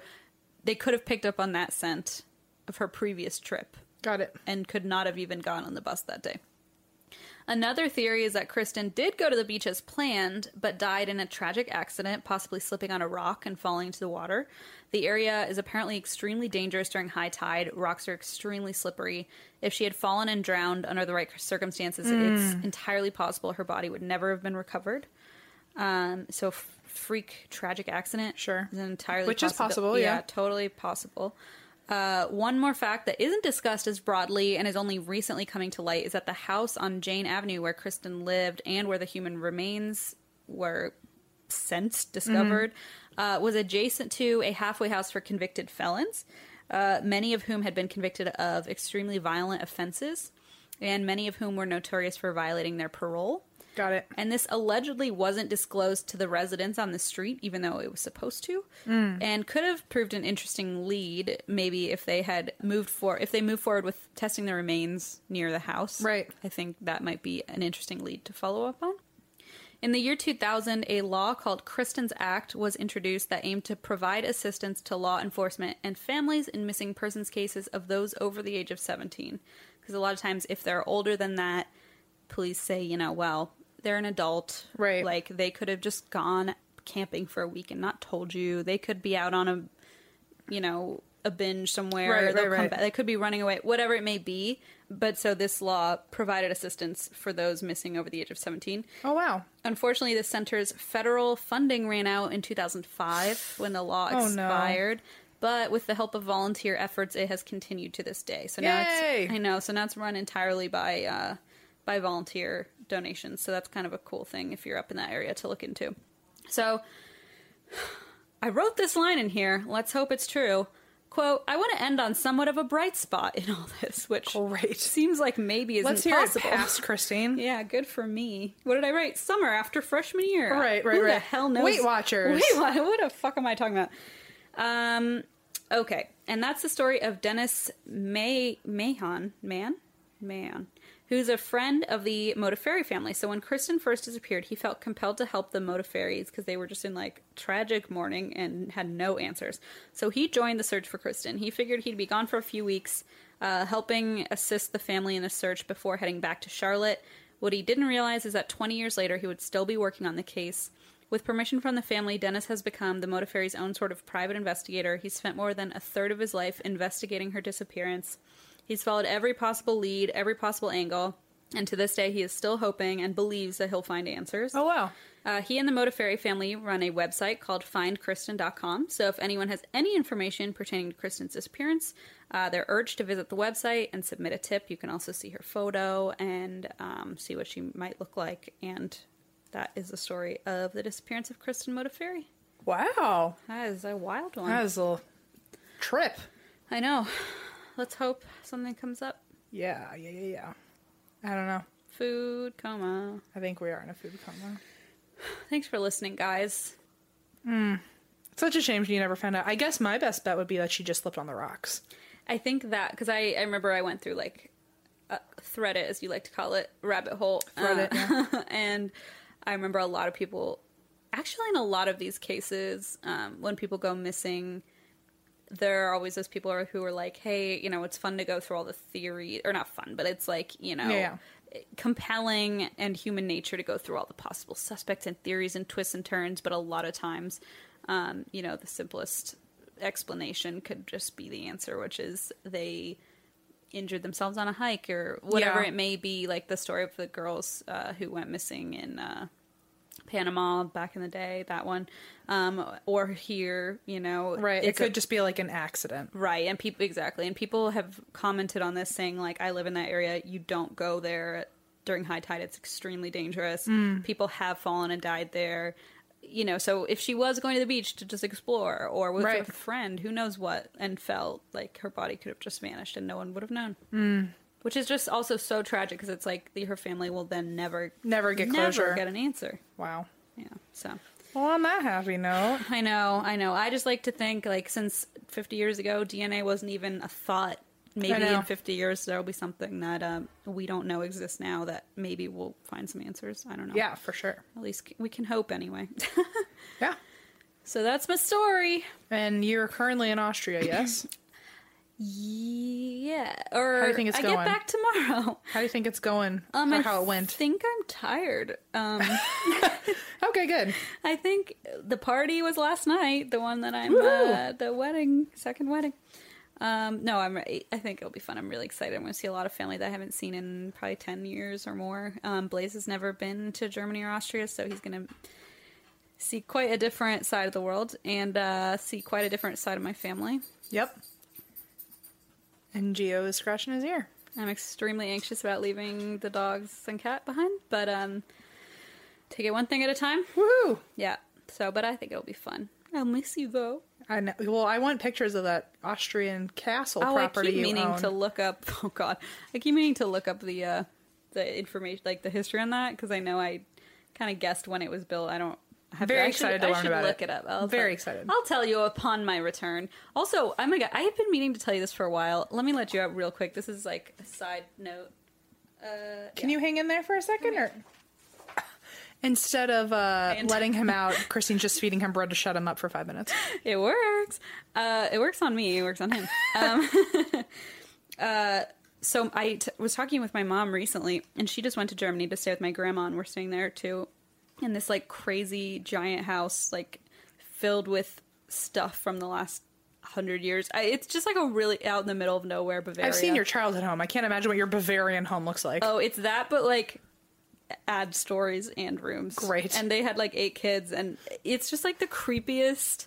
Speaker 4: they could have picked up on that scent of her previous trip
Speaker 3: Got it.
Speaker 4: and could not have even gone on the bus that day. Another theory is that Kristen did go to the beach as planned, but died in a tragic accident, possibly slipping on a rock and falling into the water. The area is apparently extremely dangerous during high tide. Rocks are extremely slippery. If she had fallen and drowned under the right circumstances,
Speaker 3: Hmm.
Speaker 4: it's entirely possible her body would never have been recovered. Um, so, f- freak tragic accident.
Speaker 3: Sure.
Speaker 4: Is an entirely
Speaker 3: Which is
Speaker 4: possibi-
Speaker 3: possible, yeah.
Speaker 4: totally possible. Uh, one more fact that isn't discussed as broadly and is only recently coming to light is that the house on Jane Avenue where Kristen lived and where the human remains were sent discovered uh, was adjacent to a halfway house for convicted felons, uh, many of whom had been convicted of extremely violent offenses, and many of whom were notorious for violating their parole.
Speaker 3: Got it.
Speaker 4: And this allegedly wasn't disclosed to the residents on the street, even though it was supposed to, and could have proved an interesting lead. Maybe if they had moved for if they moved forward with testing the remains near the house,
Speaker 3: Right.
Speaker 4: I think that might be an interesting lead to follow up on. In the year 2000, a law called Kristen's Act was introduced that aimed to provide assistance to law enforcement and families in missing persons cases of those over the age of 17. Because a lot of times, if they're older than that, police say, you know, well, they're an adult.
Speaker 3: Right.
Speaker 4: Like, they could have just gone camping for a week and not told you. They could be out on a, you know, a binge somewhere.
Speaker 3: Right,
Speaker 4: They'll
Speaker 3: right,
Speaker 4: come
Speaker 3: right.
Speaker 4: back- They could be running away, whatever it may be. But so this law provided assistance for those missing over the age of 17.
Speaker 3: Oh wow.
Speaker 4: Unfortunately, the center's federal funding ran out in 2005 when the law
Speaker 3: Oh, no.
Speaker 4: expired. But with the help of volunteer efforts, it has continued to this day. So now
Speaker 3: Yay!
Speaker 4: it's I know. So now it's run entirely by uh, by volunteer donations. So that's kind of a cool thing if you're up in that area to look into. So I wrote this line in here. Let's hope it's true. Quote: I want to end on somewhat of a bright spot in all this, which
Speaker 3: Great.
Speaker 4: seems like maybe isn't
Speaker 3: Let's hear
Speaker 4: possible.
Speaker 3: it past Christine.
Speaker 4: Yeah, good for me. What did I write? Summer after freshman year.
Speaker 3: Right, right,
Speaker 4: Who the
Speaker 3: right.
Speaker 4: hell knows?
Speaker 3: Weight Watchers.
Speaker 4: Wait, what, what the fuck am I talking about? Um, okay, and that's the story of Dennis May Mahon man man, who's a friend of the Modafferi family. So when Kristen first disappeared, he felt compelled to help the Modafferi's because they were just in like tragic mourning and had no answers. So he joined the search for Kristen. He figured he'd be gone for a few weeks, uh, helping assist the family in the search before heading back to Charlotte. What he didn't realize is that 20 years later, he would still be working on the case. With permission from the family, Dennis has become the Modafferi's own sort of private investigator. He spent more than a third of his life investigating her disappearance. He's followed every possible lead, every possible angle, and to this day, he is still hoping and believes that he'll find answers.
Speaker 3: Oh wow.
Speaker 4: Uh, he and the Modafferi family run a website called findkristen.com. So if anyone has any information pertaining to Kristen's disappearance, uh, they're urged to visit the website and submit a tip. You can also see her photo and um, see what she might look like. And that is the story of the disappearance of Kristen Modafferi.
Speaker 3: Wow.
Speaker 4: That is a wild one.
Speaker 3: That was a little trip.
Speaker 4: I know. Let's hope something comes up.
Speaker 3: Yeah, yeah, yeah, yeah. I don't know.
Speaker 4: Food coma.
Speaker 3: I think we are in a food coma.
Speaker 4: Thanks for listening, guys.
Speaker 3: Such a shame she never found out. I guess my best bet would be that she just slipped on the rocks.
Speaker 4: I think that because I, I remember I went through like a thread it as you like to call it rabbit hole Uh,
Speaker 3: Thread it,
Speaker 4: and I remember a lot of people actually in a lot of these cases um, when people go missing there are always those people are- who are like hey you know it's fun to go through all the theory or not fun but it's like you know
Speaker 3: Yeah.
Speaker 4: compelling and human nature to go through all the possible suspects and theories and twists and turns but a lot of times um, you know the simplest explanation could just be the answer which is they injured themselves on a hike or whatever
Speaker 3: Yeah.
Speaker 4: it may be like the story of the girls uh, who went missing in uh, Panama back in the day, that one, um, or here, you know,
Speaker 3: Right. It
Speaker 4: it's a-
Speaker 3: could just be like an accident.
Speaker 4: Right, and people exactly, and people have commented on this saying like, "I live in that area. You don't go there during high tide. It's extremely dangerous.
Speaker 3: Mm.
Speaker 4: People have fallen and died there." You know, so if she was going to the beach to just explore or was
Speaker 3: Right.
Speaker 4: with a friend, who knows what, and felt like her body could have just vanished and no one would have known.
Speaker 3: Mm.
Speaker 4: Which is just also so tragic because it's like the, her family will then never,
Speaker 3: Never get closure.
Speaker 4: never get an answer.
Speaker 3: Wow.
Speaker 4: Yeah, so
Speaker 3: Well, on that happy note,
Speaker 4: I know, I know. I just like to think like since 50 years ago, DNA wasn't even a thought. Maybe
Speaker 3: know.
Speaker 4: in 50 years there will be something that um, we don't know exists now that maybe we'll find some answers. I don't know.
Speaker 3: yeah, for sure.
Speaker 4: At least c- we can hope anyway.
Speaker 3: Yeah.
Speaker 4: so that's my story.
Speaker 3: And you're currently in Austria, yes?
Speaker 4: Yeah. Or
Speaker 3: How do you think it's
Speaker 4: I
Speaker 3: going?
Speaker 4: get back tomorrow.
Speaker 3: how do you think it's going
Speaker 4: Um,
Speaker 3: or
Speaker 4: I
Speaker 3: how it went?
Speaker 4: think I'm tired. Um,
Speaker 3: okay, good.
Speaker 4: I think the party was last night, the one that I'm
Speaker 3: Woohoo!
Speaker 4: uh, the wedding, second wedding. Um, no, I'm. I think it'll be fun. I'm really excited. I'm going to see a lot of family that I haven't seen in probably ten years or more. Um, Blaze has never been to Germany or Austria, so he's going to see quite a different side of the world and uh, see quite a different side of my family.
Speaker 3: Yep. And Geo is scratching his ear.
Speaker 4: I'm extremely anxious about leaving the dogs and cat behind, but um, take it one thing at a time.
Speaker 3: Woohoo!
Speaker 4: Yeah. So, but I think it'll be fun. I'll miss you though.
Speaker 3: I know. Well, I want pictures of that Austrian castle
Speaker 4: oh,
Speaker 3: property
Speaker 4: I keep
Speaker 3: you
Speaker 4: meaning
Speaker 3: own.
Speaker 4: to look up. Oh God, I keep meaning to look up the uh, the information, like the history on that, because I know I kind of guessed when it was built. I don't. I Have
Speaker 3: Very
Speaker 4: I
Speaker 3: excited
Speaker 4: should,
Speaker 3: to
Speaker 4: I
Speaker 3: learn
Speaker 4: should
Speaker 3: about
Speaker 4: look
Speaker 3: it.
Speaker 4: it up. I'll
Speaker 3: Very
Speaker 4: tell-
Speaker 3: excited.
Speaker 4: I'll tell you upon my return. Also, oh my God, I have been meaning to tell you this for a while. Let me let you out real quick. This is like a side note. Uh,
Speaker 3: Can you hang in there for a second, or instead of uh,
Speaker 4: And-
Speaker 3: letting him out, Christine's just feeding him bread to shut him up for five minutes?
Speaker 4: it works. Uh, it works on me. It works on him. um, uh, so I t- was talking with my mom recently, and she just went to Germany to stay with my grandma, and we're staying there too, in this like crazy giant house, like filled with stuff from the last hundred years. I, it's just like a really out in the middle of nowhere Bavaria.
Speaker 3: I've seen your childhood home. I can't imagine what your Bavarian home looks like.
Speaker 4: Oh, it's that, but like add stories and rooms.
Speaker 3: Great.
Speaker 4: And they had like eight kids, and it's just like the creepiest.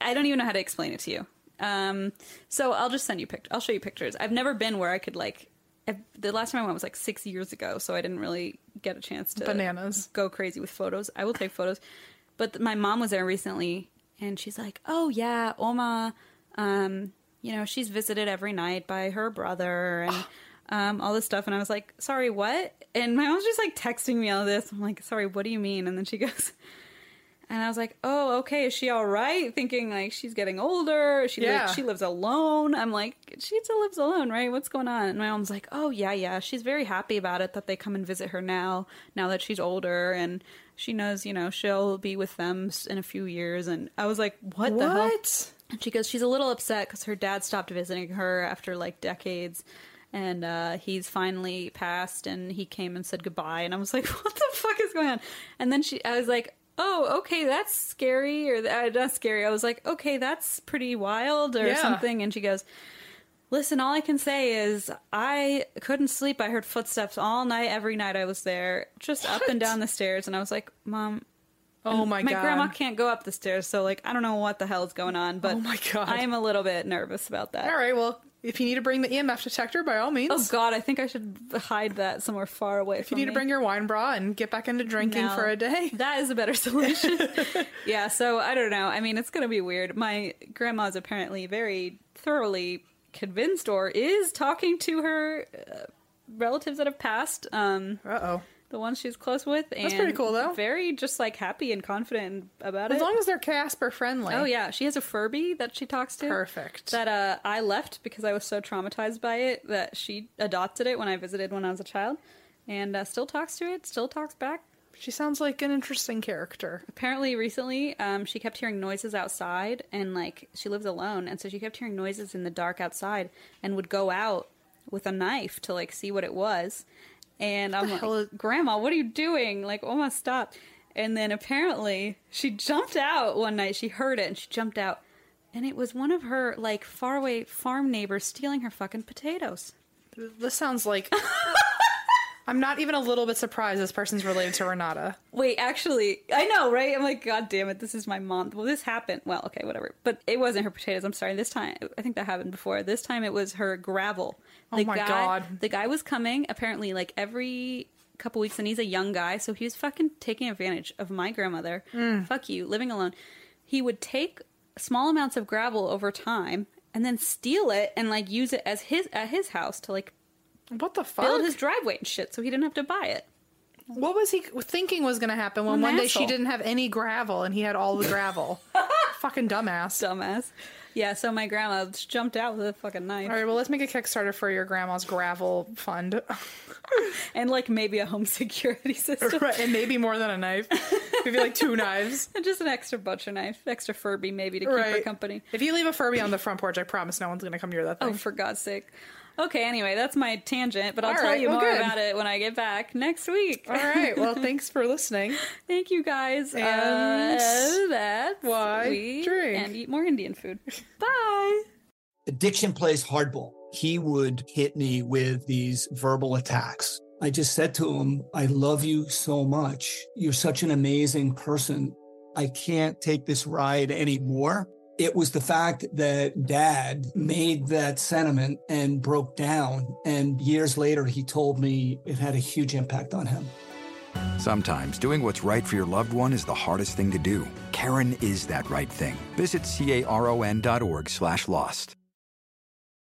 Speaker 4: I don't even know how to explain it to you. Um, so I'll just send you pictures. I'll show you pictures. I've never been where I could like. i the last time I went was like six years ago, so I didn't really get a chance to
Speaker 3: Bananas.
Speaker 4: go crazy with photos. I will take photos. But th- my mom was there recently, and she's like, "Oh yeah, Oma, um, you know, she's visited every night by her brother and um, all this stuff." And I was like, "Sorry, what?" And my mom's just like texting me all this. I'm like, "Sorry, what do you mean?" And then she goes. And I was like, "Oh, okay. Is she all right?" Thinking like she's getting older. She li-
Speaker 3: Yeah.
Speaker 4: she lives alone. I'm like, she still lives alone, right? What's going on? And my mom's like, "Oh yeah, yeah. She's very happy about it that they come and visit her now. Now that she's older, and she knows, you know, she'll be with them s- in a few years." And I was like, "What, the hell?"
Speaker 3: what?
Speaker 4: And she goes, she's a little upset because her dad stopped visiting her after like decades. And uh, he's finally passed and he came and said goodbye. And I was like, what the fuck is going on? And then she, I was like, oh, okay, that's scary. Or uh, not scary. I was like, okay, that's pretty wild or
Speaker 3: Yeah.
Speaker 4: something. And she goes, Listen, all I can say is I couldn't sleep. I heard footsteps all night, every night I was there, just up and down the stairs. And I was like, Mom,
Speaker 3: Oh my,
Speaker 4: my
Speaker 3: god!
Speaker 4: grandma can't go up the stairs, so like I don't know what the hell's going on, but
Speaker 3: Oh my God.
Speaker 4: I am a little bit nervous about that.
Speaker 3: All right. Well, if you need to bring the EMF detector, by all means.
Speaker 4: Oh god, I think I should hide that somewhere far away.
Speaker 3: if you need to bring your wine bra and get back into drinking for a day.
Speaker 4: that is a better solution. yeah, so I don't know. I mean, it's gonna be weird. My grandma's apparently very thoroughly convinced, or is talking to her uh, relatives that have passed. Um,
Speaker 3: Uh oh.
Speaker 4: the ones she's close with, and
Speaker 3: pretty cool, though.
Speaker 4: Very just like happy and confident about
Speaker 3: As
Speaker 4: it.
Speaker 3: long as they're Casper friendly.
Speaker 4: Oh yeah, she has a Furby that she talks to.
Speaker 3: Perfect.
Speaker 4: That uh, I left because I was so traumatized by it that she adopted it when I visited when I was a child, and uh, still talks to it. Still talks back.
Speaker 3: She sounds like an interesting character.
Speaker 4: Apparently, recently, um, she kept hearing noises outside, and like she lives alone, and so she kept hearing noises in the dark outside, and would go out with a knife to like see what it was. And I'm like,
Speaker 3: hell is-
Speaker 4: Grandma, what are you doing? Like, Oma, stop. And then apparently, she jumped out one night. She heard it, and she jumped out, and it was one of her like faraway farm neighbors stealing her fucking potatoes.
Speaker 3: This sounds like I'm not even a little bit surprised this person's related to Renata.
Speaker 4: Wait, actually, I know, right? I'm like, God damn it, this is my mom. Well, this happened. Well, okay, whatever. But it wasn't her potatoes. I'm sorry. This time, I think that happened before. This time it was her gravel.
Speaker 3: Oh my
Speaker 4: guy,
Speaker 3: God.
Speaker 4: The guy was coming apparently like every couple weeks, and he's a young guy, so he was fucking taking advantage of my grandmother.
Speaker 3: Mm.
Speaker 4: Fuck you, living alone. He would take small amounts of gravel over time and then steal it and like use it as his at his house to like
Speaker 3: What the fuck?
Speaker 4: build his driveway and shit, so he didn't have to buy it.
Speaker 3: What was he thinking was going to happen when
Speaker 4: An
Speaker 3: one day she
Speaker 4: asshole.
Speaker 3: didn't have any gravel and he had all the gravel? Fucking dumbass.
Speaker 4: dumbass. Yeah, so my grandma just jumped out with a fucking knife
Speaker 3: All right, well, let's make a Kickstarter for your grandma's gravel fund.
Speaker 4: and like maybe a home security system.
Speaker 3: Right, and maybe more than a knife. Maybe like two knives.
Speaker 4: And just an extra butcher knife, extra Furby maybe to keep her company.
Speaker 3: If you leave a Furby on the front porch, I promise no one's going to come near that
Speaker 4: Oh,
Speaker 3: thing.
Speaker 4: for God's sake. Okay, anyway, that's my tangent, but I'll
Speaker 3: All
Speaker 4: tell
Speaker 3: right,
Speaker 4: you
Speaker 3: well,
Speaker 4: more
Speaker 3: good.
Speaker 4: about it when I get back next week.
Speaker 3: All right, well, thanks for listening.
Speaker 4: Thank you guys.
Speaker 3: And
Speaker 4: uh, that's
Speaker 3: why
Speaker 4: we
Speaker 3: drink.
Speaker 4: and eat more Indian food. Bye.
Speaker 5: Addiction plays hardball. He would hit me with these verbal attacks. I just said to him, I love you so much. You're such an amazing person. I can't take this ride anymore. It was the fact that dad made that sentiment and broke down. And years later, he told me it had a huge impact on him.
Speaker 6: Sometimes doing what's right for your loved one is the hardest thing to do. Karen is that right thing. Visit caron.org slash lost.